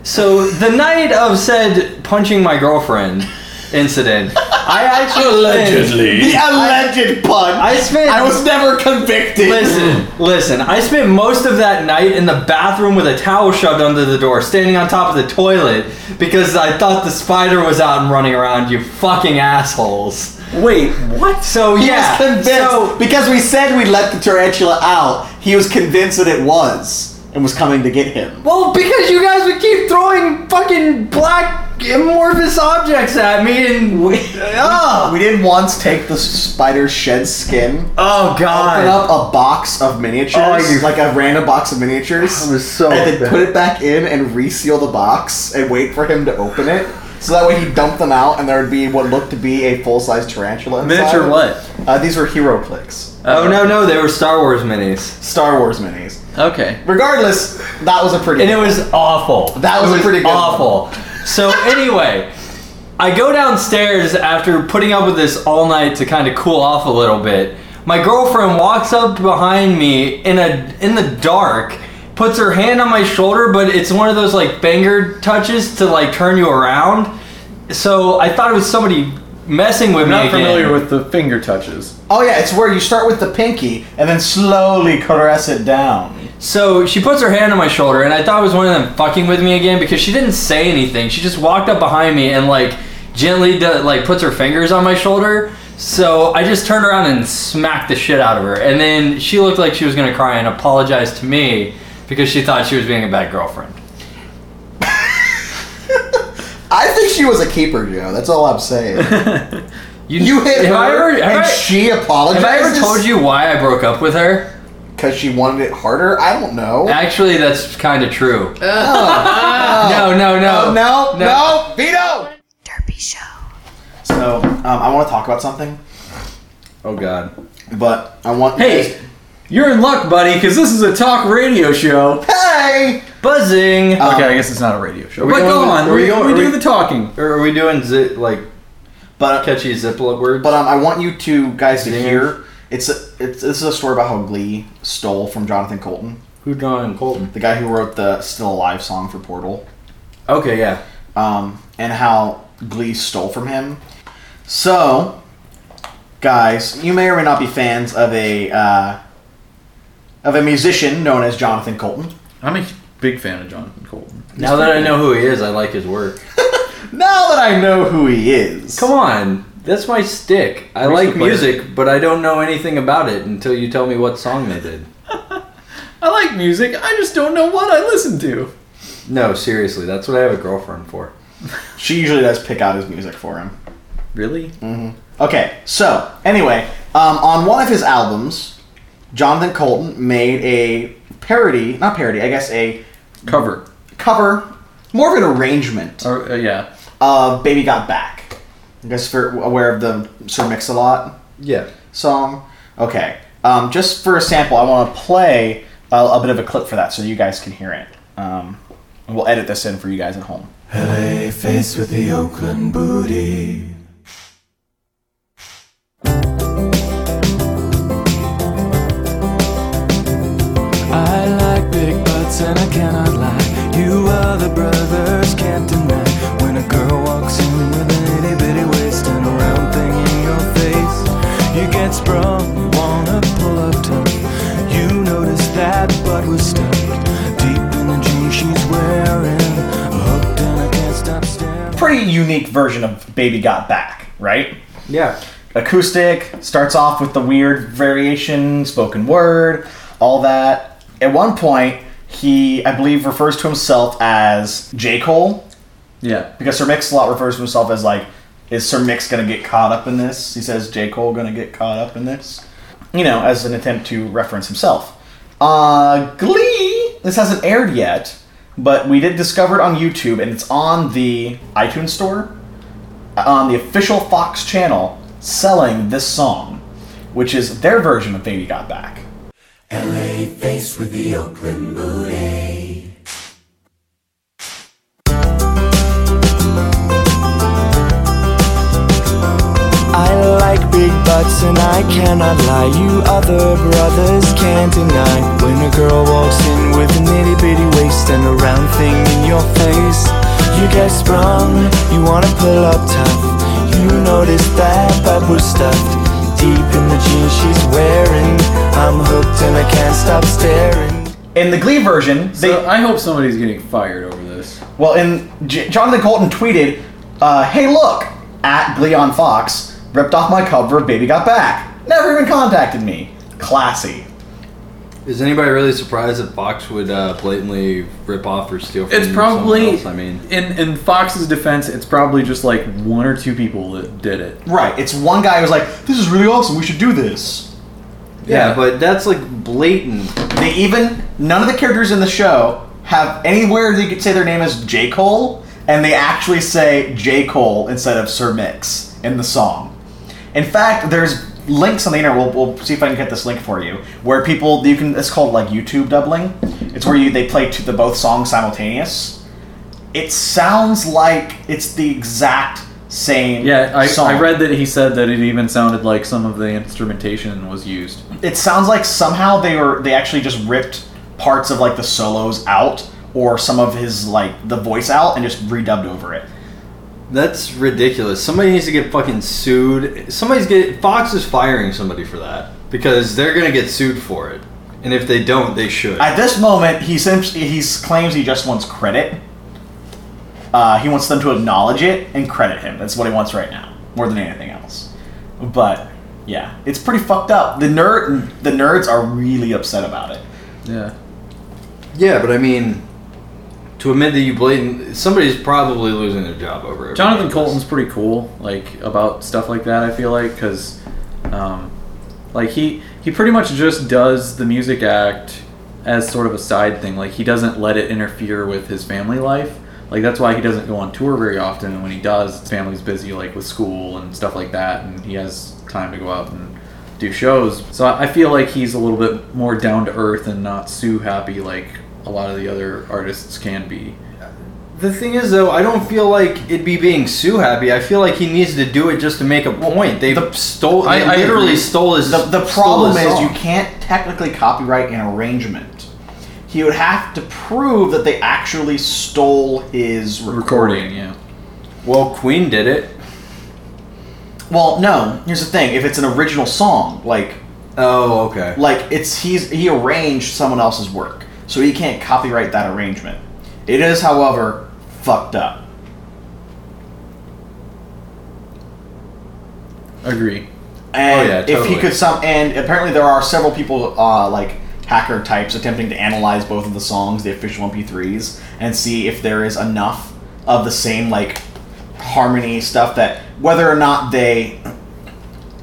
So the night of said punching my girlfriend incident, I actually
The alleged pun.
I spent-
I was never convicted.
Listen, listen. I spent most of that night in the bathroom with a towel shoved under the door, standing on top of the toilet because I thought the spider was out and running around. You fucking assholes.
Wait, what?
So
He
yeah,
was convinced
so
because we said we let the tarantula out. He was convinced that it was and was coming to get him.
well because you guys would keep throwing fucking black amorphous objects at me and we,
We did once take the spider's shed skin,
oh
open
god.
up a box of miniatures,
Oh, you-
like a random box of miniatures,
That was so
and then
bad.
put it back in and reseal the box and wait for him to open it. So that way he dumped them out, and there would be what looked to be a full-size tarantula. Inside.
Miniature what?
Uh, these were hero clicks,
Oh no no, they were Star Wars minis.
Star Wars minis.
Okay.
Regardless, that was a pretty.
and it was awful.
That was
It
a pretty good one.
awful. So anyway, I go downstairs after putting up with this all night to kind of cool off a little bit. My girlfriend walks up behind me in a in the dark, puts her hand on my shoulder, but it's one of those like finger touches to like turn you around. So I thought it was somebody messing with
I'm
me
not
again.
familiar with the finger touches.
Oh yeah, it's where you start with the pinky and then slowly caress it down.
So she puts her hand on my shoulder, and I thought it was one of them fucking with me again because she didn't say anything. She just walked up behind me and like gently do, like puts her fingers on my shoulder. So I just turned around and smacked the shit out of her, and then she looked like she was gonna cry and apologized to me because she thought she was being a bad girlfriend.
I think she was a keeper, Joe. That's all I'm saying. you hit
have
her
I ever- have
and
I-
she apologized.
Have I ever told you why I broke up with her?
Because she wanted it harder. I don't know.
Actually, that's kind of true. No, no, no,
Oh, no, no, veto.
Derpy Show.
So um, I want to talk about something,
Oh God.
but I want.
Hey, you're in luck, buddy, because this is a talk radio show.
hey.
Buzzing.
Um,
okay, I guess it's not a radio show.
we
But
going
go
with-
on.
are we
We,
going-
we
are
do
we-
the talking.
Or are we doing zip like
But
catchy Ziploc words?
But um, I want you two guys to
Zingers.
hear. It's, a, it's this is a story about how Glee stole from Jonathan Colton,
Who John Colton?
the guy who wrote the "Still Alive" song for Portal.
Okay, yeah.
um, and how Glee stole from him. So, guys, you may or may not be fans of a uh, of a musician known as Jonathan Colton.
I'm a big fan of Jonathan Colton.
Now that I know who he is, I like his work.
Now that I know who he is,
Come on, that's my stick. I
Where's
like
the player?
music, but I don't know anything about it until you tell me what song they did.
I like music. I just don't know what I listen to.
No, seriously, that's what I have a girlfriend for.
she usually does pick out his music for him.
Really?
Okay, so anyway, um, on one of his albums, Jonathan Colton made a parody, not parody, I guess a
Cover.
cover, more of an arrangement
Or, uh, yeah.
of "Baby Got Back." You guys for, aware of the Sir Mix-a-Lot?
Yeah.
song. Okay. Um, just for a sample, I want to play a, a bit of a clip for that so you guys can hear it. Um, and we'll edit this in for you guys at home.
LA face with the Oakland booty. I like big butts and I cannot lie. You other brothers can't deny. When a girl walks in with an itty bitty waist and a round thing in your face, you get sprung, you wanna pull up tough. You notice that butt was stuck deep in the jeans she's wearing. Hooked and I can't stop staring.
Pretty unique version of Baby Got Back, right?
Yeah.
Acoustic, starts off with the weird variation, spoken word, all that. At one point, he, I believe, refers to himself as J. Cole
Yeah.
because Sir Mix-a-Lot refers to himself as like is Sir Mix gonna get caught up in this? He says J Cole gonna get caught up in this. You know, as an attempt to reference himself. Uh, Glee. This hasn't aired yet, but we did discover it on YouTube, and it's on the iTunes store, uh, on the official Fox channel, selling this song, which is their version of "Baby Got Back."
I like big butts and I cannot lie. You other brothers can't deny. When a girl walks in with an itty bitty waist and a round thing in your face, you get sprung. You wanna pull up tough. You notice that butt was stuffed deep in the jeans she's wearing. I'm hooked and I can't stop staring.
In the Glee version, they,
So I hope somebody's getting fired over this.
Well, and J- Jonathan Colton tweeted, uh, "Hey, look at Glee on Fox ripped off my cover of Baby Got Back. Never even contacted me. Classy."
Is anybody really surprised that Fox would uh, blatantly rip off or steal from
It's probably
someone else? I mean,
in in Fox's defense, it's probably just like one or two people that did it.
Right. It's one guy who's like, "This is really awesome. We should do this."
yeah,
yeah.
but that's like blatant.
They even none of the characters in the show have anywhere they could say their name is J Cole, and they actually say J Cole instead of Sir Mix in the song. In fact, there's links on the internet. We'll, we'll see if I can get this link for you, where people you can. It's called like YouTube doubling. It's where you they play to the both songs simultaneous. It sounds like it's the exact same.
Yeah, I,
song.
I read that he said that it even sounded like some of the instrumentation was used.
It sounds like somehow they were they actually just ripped parts of like the solos out or some of his like the voice out and just redubbed over it.
That's ridiculous. Somebody needs to get fucking sued. Somebody's get Fox is firing somebody for that because they're gonna get sued for it, and if they don't, they should.
At this moment, he seems, he's claims he just wants credit. Uh, he wants them to acknowledge it and credit him. That's what he wants right now, more than anything else. But yeah, it's pretty fucked up. The nerd, the nerds are really upset about it.
Yeah.
yeah, but I mean, to admit that you blatant, somebody's probably losing their job over it.
Jonathan Colton's pretty cool, like about stuff like that. I feel like because, um, like he he pretty much just does the music act as sort of a side thing. Like he doesn't let it interfere with his family life. Like that's why he doesn't go on tour very often. And when he does, his family's busy, like with school and stuff like that, and he has time to go out and do shows. So I I feel like he's a little bit more down to earth and not so happy like a lot of the other artists can be.
The thing is, though, I don't feel like it'd be being Sue happy. I feel like he needs to do it just to make a point. They
The-
stole.
I-
they
I
literally
agree.
stole his.
The, the
stole
problem
his
is
song.
you can't technically copyright an arrangement. He would have to prove that they actually stole his recording.
Recording, yeah.
Well, Queen did it.
Well, no. Here's the thing: if it's an original song, like
Oh, okay.
like it's he's he arranged someone else's work, so he can't copyright that arrangement. It is, however, fucked up.
Agree.
And
Oh, yeah,
if
totally.
he could some, and apparently there are several people uh, like hacker types attempting to analyze both of the songs, the official MP3s, and see if there is enough of the same like harmony stuff that whether or not they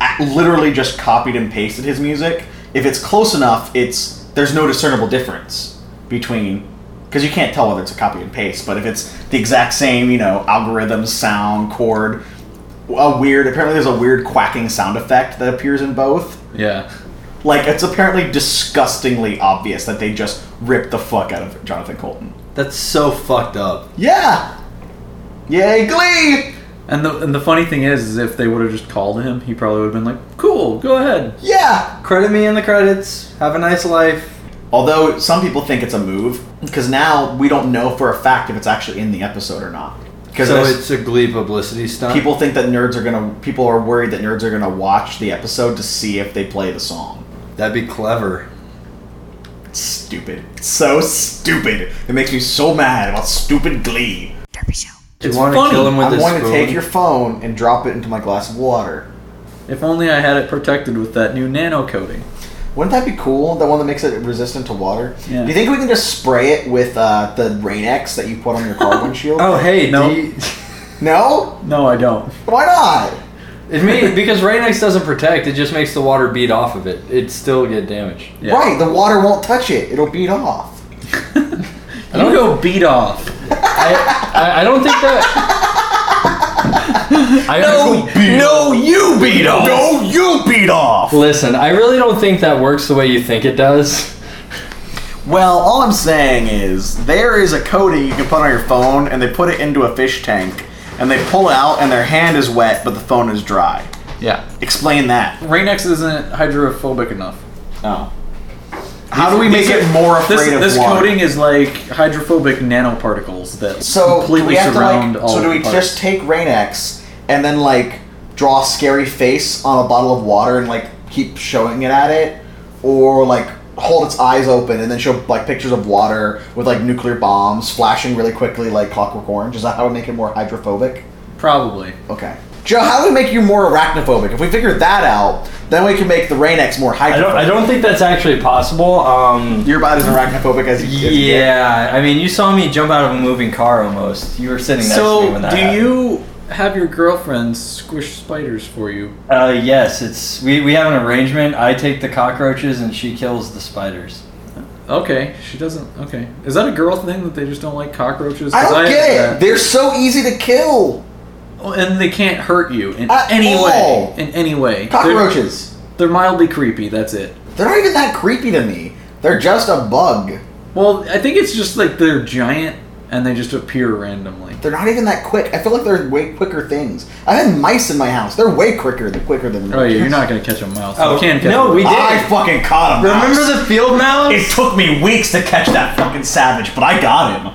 a- literally just copied and pasted his music. If it's close enough, it's there's no discernible difference between because you can't tell whether it's a copy and paste. But if it's the exact same, you know, algorithm, sound, chord, a weird. Apparently, there's a weird quacking sound effect that appears in both.
Yeah.
Like it's apparently disgustingly obvious that they just ripped the fuck out of Jonathan Colton.
That's so fucked up.
Yeah. Yay, Glee!
And the and the funny thing is, is if they would have just called him, he probably would have been like, "Cool, go ahead."
Yeah.
Credit me in the credits. Have a nice life.
Although some people think it's a move, because now we don't know for a fact if it's actually in the episode or not. Because
So it's uh, a Glee publicity stunt.
people think that nerds are gonna, people are worried that nerds are gonna watch the episode to see if they play the song.
That'd be clever.
Stupid, so stupid. It makes me so mad about stupid Glee.
Derpy Show.
Do
It's
you want to
funny.
kill him with
I'm
a
going to
spoon?
take your phone and drop it into my glass of water.
If only I had it protected with that new nano coating.
Wouldn't that be cool? The one that makes it resistant to water.
Yeah.
Do you think we can just spray it with uh, the Rain X that you put on your car windshield?
Oh hey,
No.
no. You,
No?
No, I don't.
Why not?
It may, because Rain-X doesn't protect, it just makes the water bead off of it. It'd still get damaged.
Yeah.
Right, the water won't touch it. It'll beat off.
You go beat off.
I, I, I don't think that. I,
no, you beat off.
No, you beat off!
Listen, I really don't think that works the way you think it does.
Well, all I'm saying is there is a coating you can put on your phone, and they put it into a fish tank, and they pull out, and their hand is wet, but the phone is dry.
Yeah.
Explain that.
Rain-X isn't hydrophobic enough.
Oh. How do we make
These are-
it more afraid
this,
of
This
water?
coating is like hydrophobic nanoparticles that
so do
completely
we have to,
surround
like,
all
So
of
do
the
we
parts.
just take Rain-X and then like draw a scary face on a bottle of water and like keep showing it at it, or like hold its eyes open and then show like pictures of water with like nuclear bombs flashing really quickly like Clockwork Orange? Is that how we make it more hydrophobic?
Probably.
Okay. Joe, how do we make you more arachnophobic? If we figure that out, then we can make the Rain-X more hydrophobic.
I don't. I don't think that's actually possible. Um.
You're about as arachnophobic as you as you get.
Yeah, I mean, you saw me jump out of a moving car almost. You were sitting next to me
So
when that
do
happened.
you have your girlfriend squish spiders for you?
Uh, yes, it's we, we have an arrangement. I take the cockroaches and she kills the spiders.
Okay, she doesn't. Okay, is that a girl thing that they just don't like cockroaches?
I
'Cause
don't get it.
that-
They're so easy to kill.
Oh, and they can't hurt you in
At
any
all.
way. In any way, They're-
Cockroaches.
They're, mildly creepy. That's it.
They're not even that creepy to me. They're just a bug.
Well, I think it's just like they're giant and they just appear randomly.
They're not even that quick. I feel like they're way quicker things. I had mice in my house. They're way quicker than quicker than.
Oh yeah, you're not gonna catch a mouse.
Oh,
you can catch
no,
a
we
mouse.
I fucking caught him.
Remember the field mouse?
It took me weeks to catch that fucking savage, but I got him.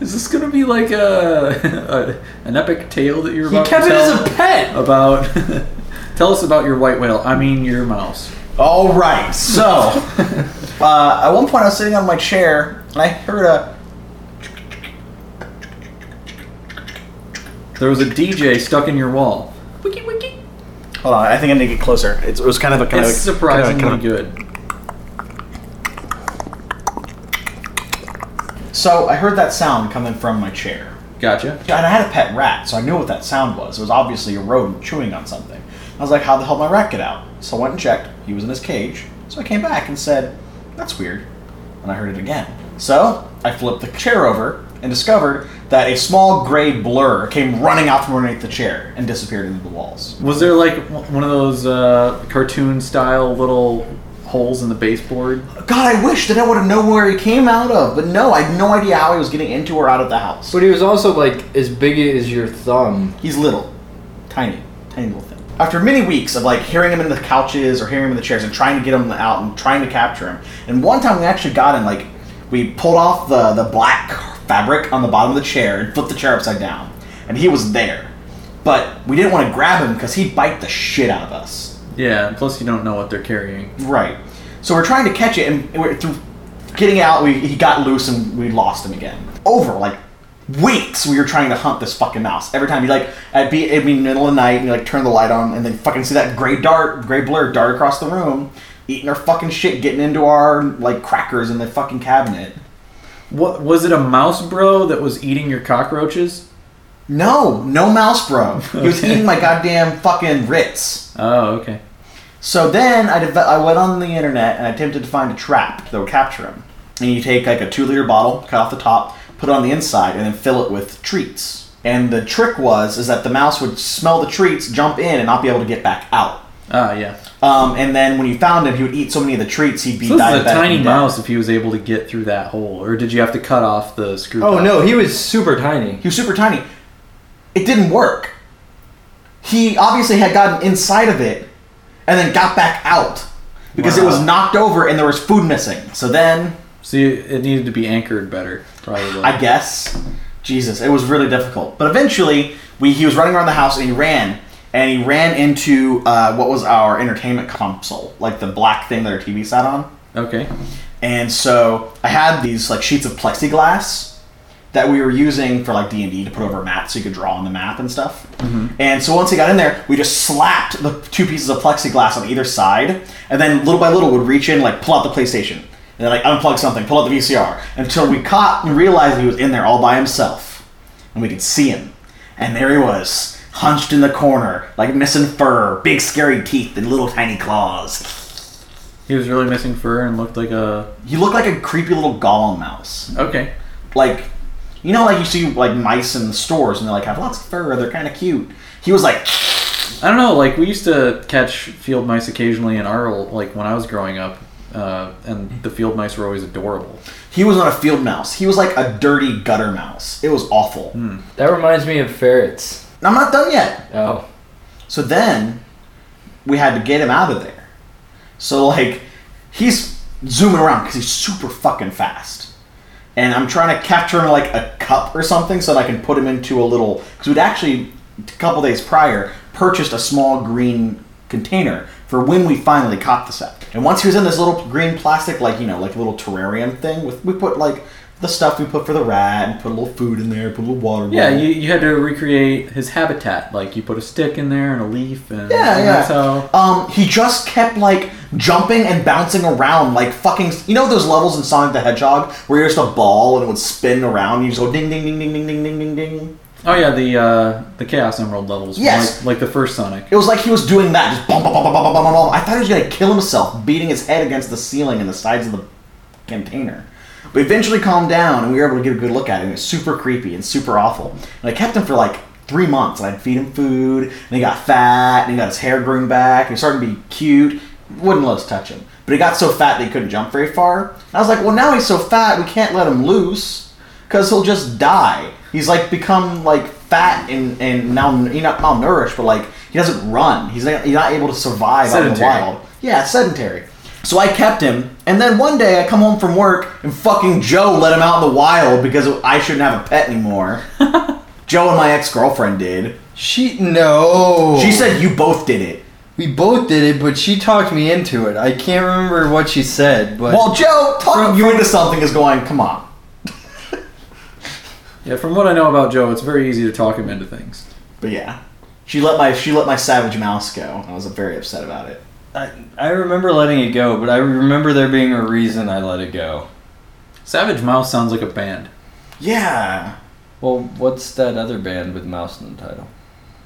Is this gonna be like uh, a, a an epic tale that you're
he
about
kept
to
it
tell
as a pet.
about? tell us about your white whale. I mean your mouse.
All right, so uh, at one point I was sitting on my chair and I heard a
There was a DJ stuck in your wall.
Hold on, I think I need to get closer. It's, it was kind of a kind
It's
of kind of-
surprisingly
kind of-
good.
So I heard that sound coming from my chair,
Gotcha.
and I had a pet rat, so I knew what that sound was. It was obviously a rodent chewing on something. I was like, "How the hell did my rat get out?" So I went and checked. He was in his cage. So I came back and said, "That's weird," and I heard it again. So I flipped the chair over and discovered that a small gray blur came running out from underneath the chair and disappeared into the walls.
Was there like w- one of those uh, cartoon style little holes in the baseboard?
God, I wish that I would have known where he came out of, but no, I had no idea how he was getting into or out of the house.
But he was also like as big as your thumb.
He's little, tiny, tiny little thing. After many weeks of like hearing him in the couches or hearing him in the chairs and trying to get him out and trying to capture him, and one time we actually got him. Like we pulled off the the black fabric on the bottom of the chair and flipped the chair upside down, and he was there. But we didn't want to grab him because he'd bite the shit out of us.
Yeah. and Plus, you don't know what they're carrying.
Right. So we're trying to catch it, and we're, through getting out, we, he got loose and we lost him again. Over like weeks, we were trying to hunt this fucking mouse. Every time you like, I'd be it'd be middle of the night, and you like turn the light on, and then fucking see that gray dart, gray blur dart across the room, eating our fucking shit, getting into our like crackers in the fucking cabinet.
What was it? A mouse bro that was eating your cockroaches?
No, no mouse, bro. He was eating my goddamn fucking Ritz.
Oh, okay.
So then I, deve- I went on the internet and I attempted to find a trap that would capture him. And you take like a two liter bottle, cut off the top, put it on the inside, and then fill it with treats. And the trick was is that the mouse would smell the treats, jump in, and not be able to get back out.
Ah, yeah.
Um, and then when you found him, he would eat so many of the treats he'd be
So this
diabetic.
is a tiny
and dead.
mouse. If he was able to get through that hole, or did you have to cut off the screw?
Oh
top?
no, he was super tiny.
He was super tiny. It didn't work. He obviously had gotten inside of it and then got back out because it
Wow.
was knocked over and there was food missing. So then
See, it needed to be anchored better, probably.
I guess. Jesus, it was really difficult. But eventually, we he was running around the house and he ran. And he ran into uh, what was our entertainment console, like the black thing that our TV sat on.
okay.
And so I had these like sheets of plexiglass that we were using for like D and D to put over a map, so you could draw on the map and stuff. And so once he got in there, we just slapped the two pieces of plexiglass on either side, and then little by little would reach in, like pull out the PlayStation, and then like unplug something, pull out the VCR, until we caught and realized he was in there all by himself. and we could see him. And there he was, hunched in the corner, like missing fur, big scary teeth, and little tiny claws.
He was really missing fur and looked like a.
He looked like a creepy little golem mouse.
Okay.
Like, you know, like you see like mice in the stores, and they like have lots of fur. They're kind of cute. He was like,
I don't know. Like we used to catch field mice occasionally in our old- like when I was growing up, uh, and the field mice were always adorable.
he was not a field mouse. He was like a dirty gutter mouse. It was awful.
That reminds me of ferrets.
And I'm not done yet.
Oh.
So then we had to get him out of there. So like he's zooming around because he's super fucking fast. And I'm trying to capture him in, like a cup or something so that I can put him into a little because we'd actually a couple days prior purchased a small green container for when we finally caught this up. And once he was in this little green plastic, like you know, like little terrarium thing, with we put like the stuff we put for the rat and put a little food in there, put a little water.
Yeah,
bowl.
you, you had to recreate his habitat. Like you put a stick in there and a leaf and
Yeah,
and
yeah.
That's how.
Um, he just kept like jumping and bouncing around like fucking. You know those levels in Sonic the Hedgehog where you're just a ball and it would spin around and you just go ding ding ding ding ding ding ding ding ding.
Oh yeah, the uh, the Chaos Emerald levels. from,
Yes.
Like, like the first Sonic.
It was like he was doing that, just bum bum bum bum bum bum bum. bum. I thought he was gonna kill himself, beating his head against the ceiling and the sides of the container. We eventually calmed down and we were able to get a good look at him. It was super creepy and super awful. And I kept him for like three months. And I'd feed him food, and he got fat, and he got his hair groomed back, and he started to be cute. Wouldn't let us touch him. But he got so fat that he couldn't jump very far. And I was like, well, now he's so fat, we can't let him loose because he'll just die. He's like become like fat and, and now he's not malnourished, but like he doesn't run. He's not, he's not able to survive out in the
Sedentary.
wild. Yeah, sedentary. So I kept him, and then one day I come home from work and fucking Joe let him out in the wild because I shouldn't have a pet anymore. Joe and my ex girlfriend did.
She no.
Oh.
She said you both did it.
we both did it, but she talked me into it. I can't remember what she said, but
Well, Joe talking you into something is going. Come on.
Yeah, from what I know about Joe, it's very easy to talk him into things.
But yeah, she let my she let my savage mouse go. I was very upset about it.
I, I remember letting it go, but I remember there being a reason I let it go.
Savage Mouse sounds like a band.
Yeah,
Well, what's that other band with mouse in the title?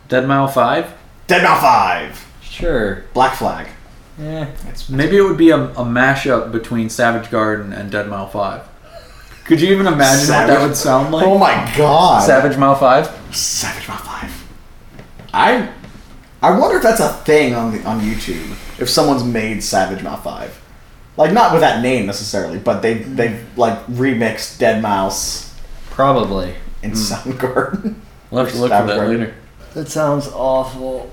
Dead Mile Five.
Dead Mouth Five,
Sure.
Black Flag.
Yeah.
Maybe it would be a, a mashup between Savage Garden and Dead Mile Five. Could you even imagine what that
Savage-
would sound like?
Oh my god.
Savage Mile 5?
Savage Mouth Five. I I wonder if that's a thing on the, on YouTube. If someone's made Savage Mouth Five, like not with that name necessarily, but they they've like remixed Dead Mouse
Probably.
and Soundgarden.
We'll have to look for
Savage
that
Garden.
later.
That sounds awful.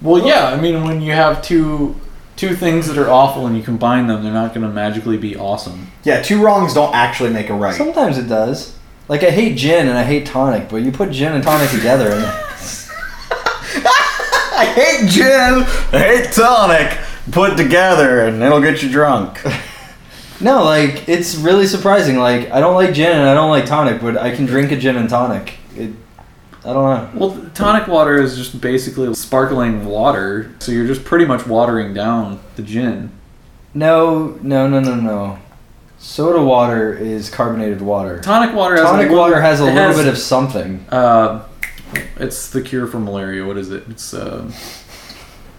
Well, yeah, I mean, when you have two two things that are awful and you combine them, they're not going to magically be awesome.
yeah, two wrongs don't actually make a right.
Sometimes it does. Like I hate gin and I hate tonic, but you put gin and tonic together and
I hate gin, I hate tonic. Put it together and it'll get you drunk.
No, like it's really surprising. Like I don't like gin and I don't like tonic, but I can drink a gin and tonic. It I don't know.
Well, tonic water is just basically sparkling water, so you're just pretty much watering down the gin.
No, no, no, no, no. Soda water is carbonated water.
Tonic water has
Tonic
a little,
water has a
it
little bit of something.
Uh, it's the cure for malaria. What is it? It's uh,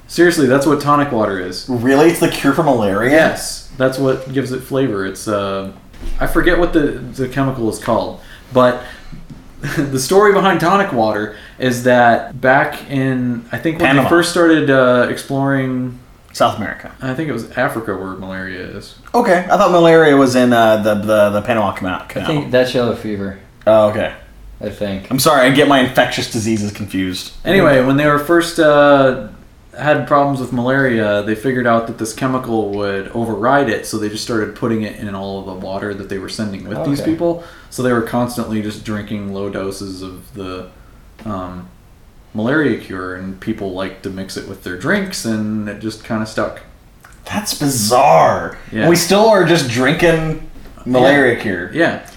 seriously, that's what tonic water is.
Really, it's the cure for malaria.
Yes, that's what gives it flavor. It's uh, I forget what the the chemical is called, but the story behind tonic water is that back in I think when
Panama.
they first started uh, exploring,
South America.
I think it was Africa where malaria is.
Okay, I thought malaria was in uh, the the the Panama Canal.
I think that's yellow fever.
Oh, okay.
I think.
I'm sorry, I get my infectious diseases confused.
Anyway, when they were first uh, had problems with malaria, they figured out that this chemical would override it, so they just started putting it in all of the water that they were sending with these
Okay.
people. So they were constantly just drinking low doses of the um, malaria cure, and people liked to mix it with their drinks, and it just kind of stuck.
That's bizarre.
Yeah.
We still are just drinking malaria cure.
Yeah,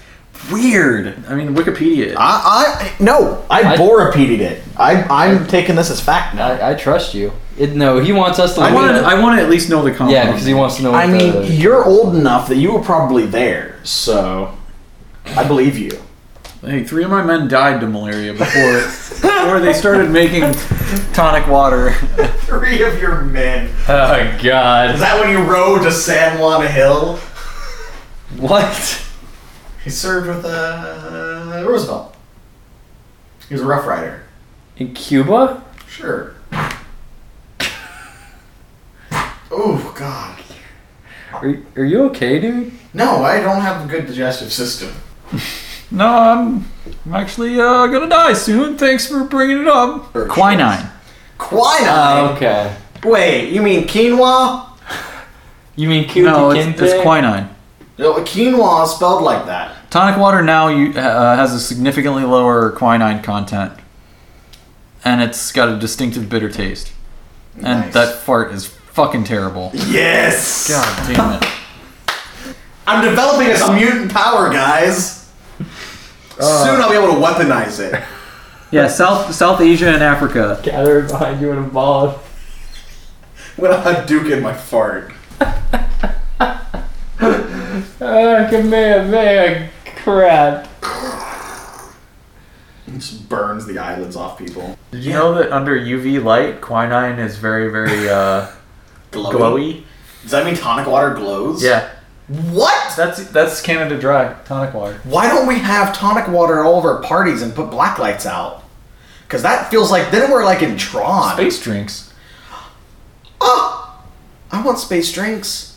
Weird.
I mean Wikipedia.
I, I no, I,
I-
borapeated it. I, I'm taking this as fact now.
I, I trust you. It, no, he wants us to.
I
look
want to.
it up.
I want to at least know the compound.
uh, yeah, because he wants to know.
I
what
mean,
the-
you're old enough that you were probably there, so I believe you.
Hey, three of my men died to malaria before before they started making.
Tonic water.
Three of your men.
Oh
Is
God.
that when you rode to San Juan Hill?
What?
He served with uh, Roosevelt. He was a Rough Rider.
In Cuba?
Sure. oh God.
Are, are you okay, dude?
No, I don't have a good digestive system.
No, I'm, I'm actually uh, gonna die soon. Thanks for bringing it up. Quinine.
Quinine.
okay.
Wait, you mean quinoa?
You mean Cuba?
No, it's, it's quinine.
No, quinoa is spelled like that.
Tonic water now you, uh, has a significantly lower quinine content, and it's got a distinctive bitter taste. And
Nice.
that fart is fucking terrible.
Yes.
God damn it!
I'm developing this mutant power, guys.
Uh.
Soon I'll be able to weaponize it.
Yeah, South South Asia and Africa.
Gathered behind you in a ball.
When I Hadouken my fart.
Oh, man, Ah, man, crap.
It just burns the eyelids off people.
Did you know that under UV light, quinine is very, very uh,
Glowy.
glowy?
Does that mean tonic water glows?
Yeah,
What?
that's that's Canada Dry tonic water.
Why don't we have tonic water at all of our parties and put black lights out? Because that feels like then we're like in Tron.
Space drinks.
Oh, I want space drinks.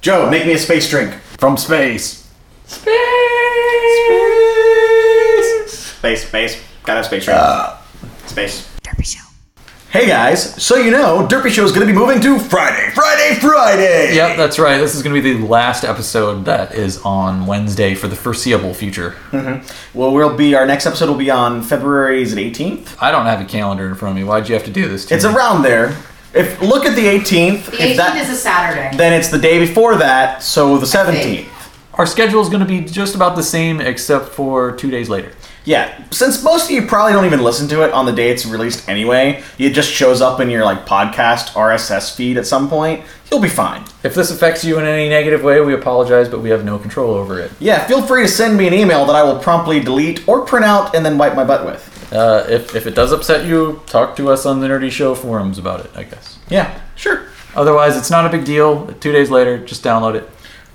Joe, make me a space drink from space.
Space.
Space, space. Gotta have space drink. Space.
Derpy Show.
Uh. Hey guys, so you know, Derpy Show is gonna be moving to Friday, Friday, Friday.
Yep, that's right. This is going to be the last episode that is on Wednesday for the foreseeable future.
Well, we'll be our next episode will be on February is it 18th?
I don't have a calendar in front of me. Why'd you have to do this? To
It's
me?
around there. If look at the 18th,
The
if
18th
that,
is a Saturday.
then it's the day before that, so the 17th.
Our schedule is going to be just about the same, except for two days later.
Yeah, since most of you probably don't even listen to it on the day it's released anyway, it just shows up in your like podcast RSS feed at some point. You'll be fine.
If this affects you in any negative way, we apologize, but we have no control over it.
Yeah, feel free to send me an email that I will promptly delete or print out and then wipe my butt with.
Uh, if, if it does upset you, talk to us on the Nerdy Show forums about it, I guess.
Yeah, sure.
Otherwise, it's not a big deal. Two days later, just download it.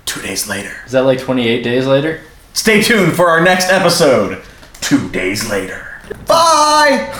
Two days later.
Is that like 28 days later?
Stay tuned for our next episode. Two days later. Bye!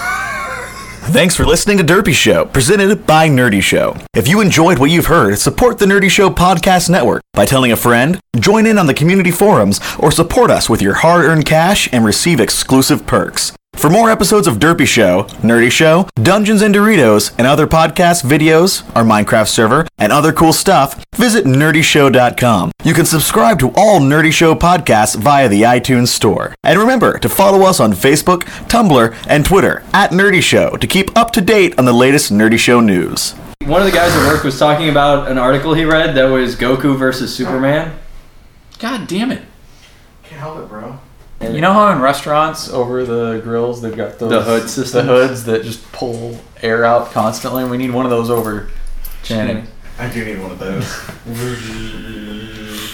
Thanks for listening to Derpy Show, presented by Nerdy Show. If you enjoyed what you've heard, support the Nerdy Show Podcast Network by telling a friend, join in on the community forums, or support us with your hard earned cash and receive exclusive perks. For more episodes of Derpy Show, Nerdy Show, Dungeons and Doritos, and other podcast videos, our Minecraft server, and other cool stuff, visit nerdyshow.com. You can subscribe to all Nerdy Show podcasts via the iTunes Store. And remember to follow us on Facebook, Tumblr, and Twitter at Nerdy Show to keep up to date on the latest Nerdy Show news.
One of the guys at work was talking about an article he read that was Goku versus Superman.
God damn it.
Can't help it, bro.
You know how in restaurants over the grills they've got those
The hood
the hoods that just pull air out constantly? We need one of those over Channing.
I do need one of those.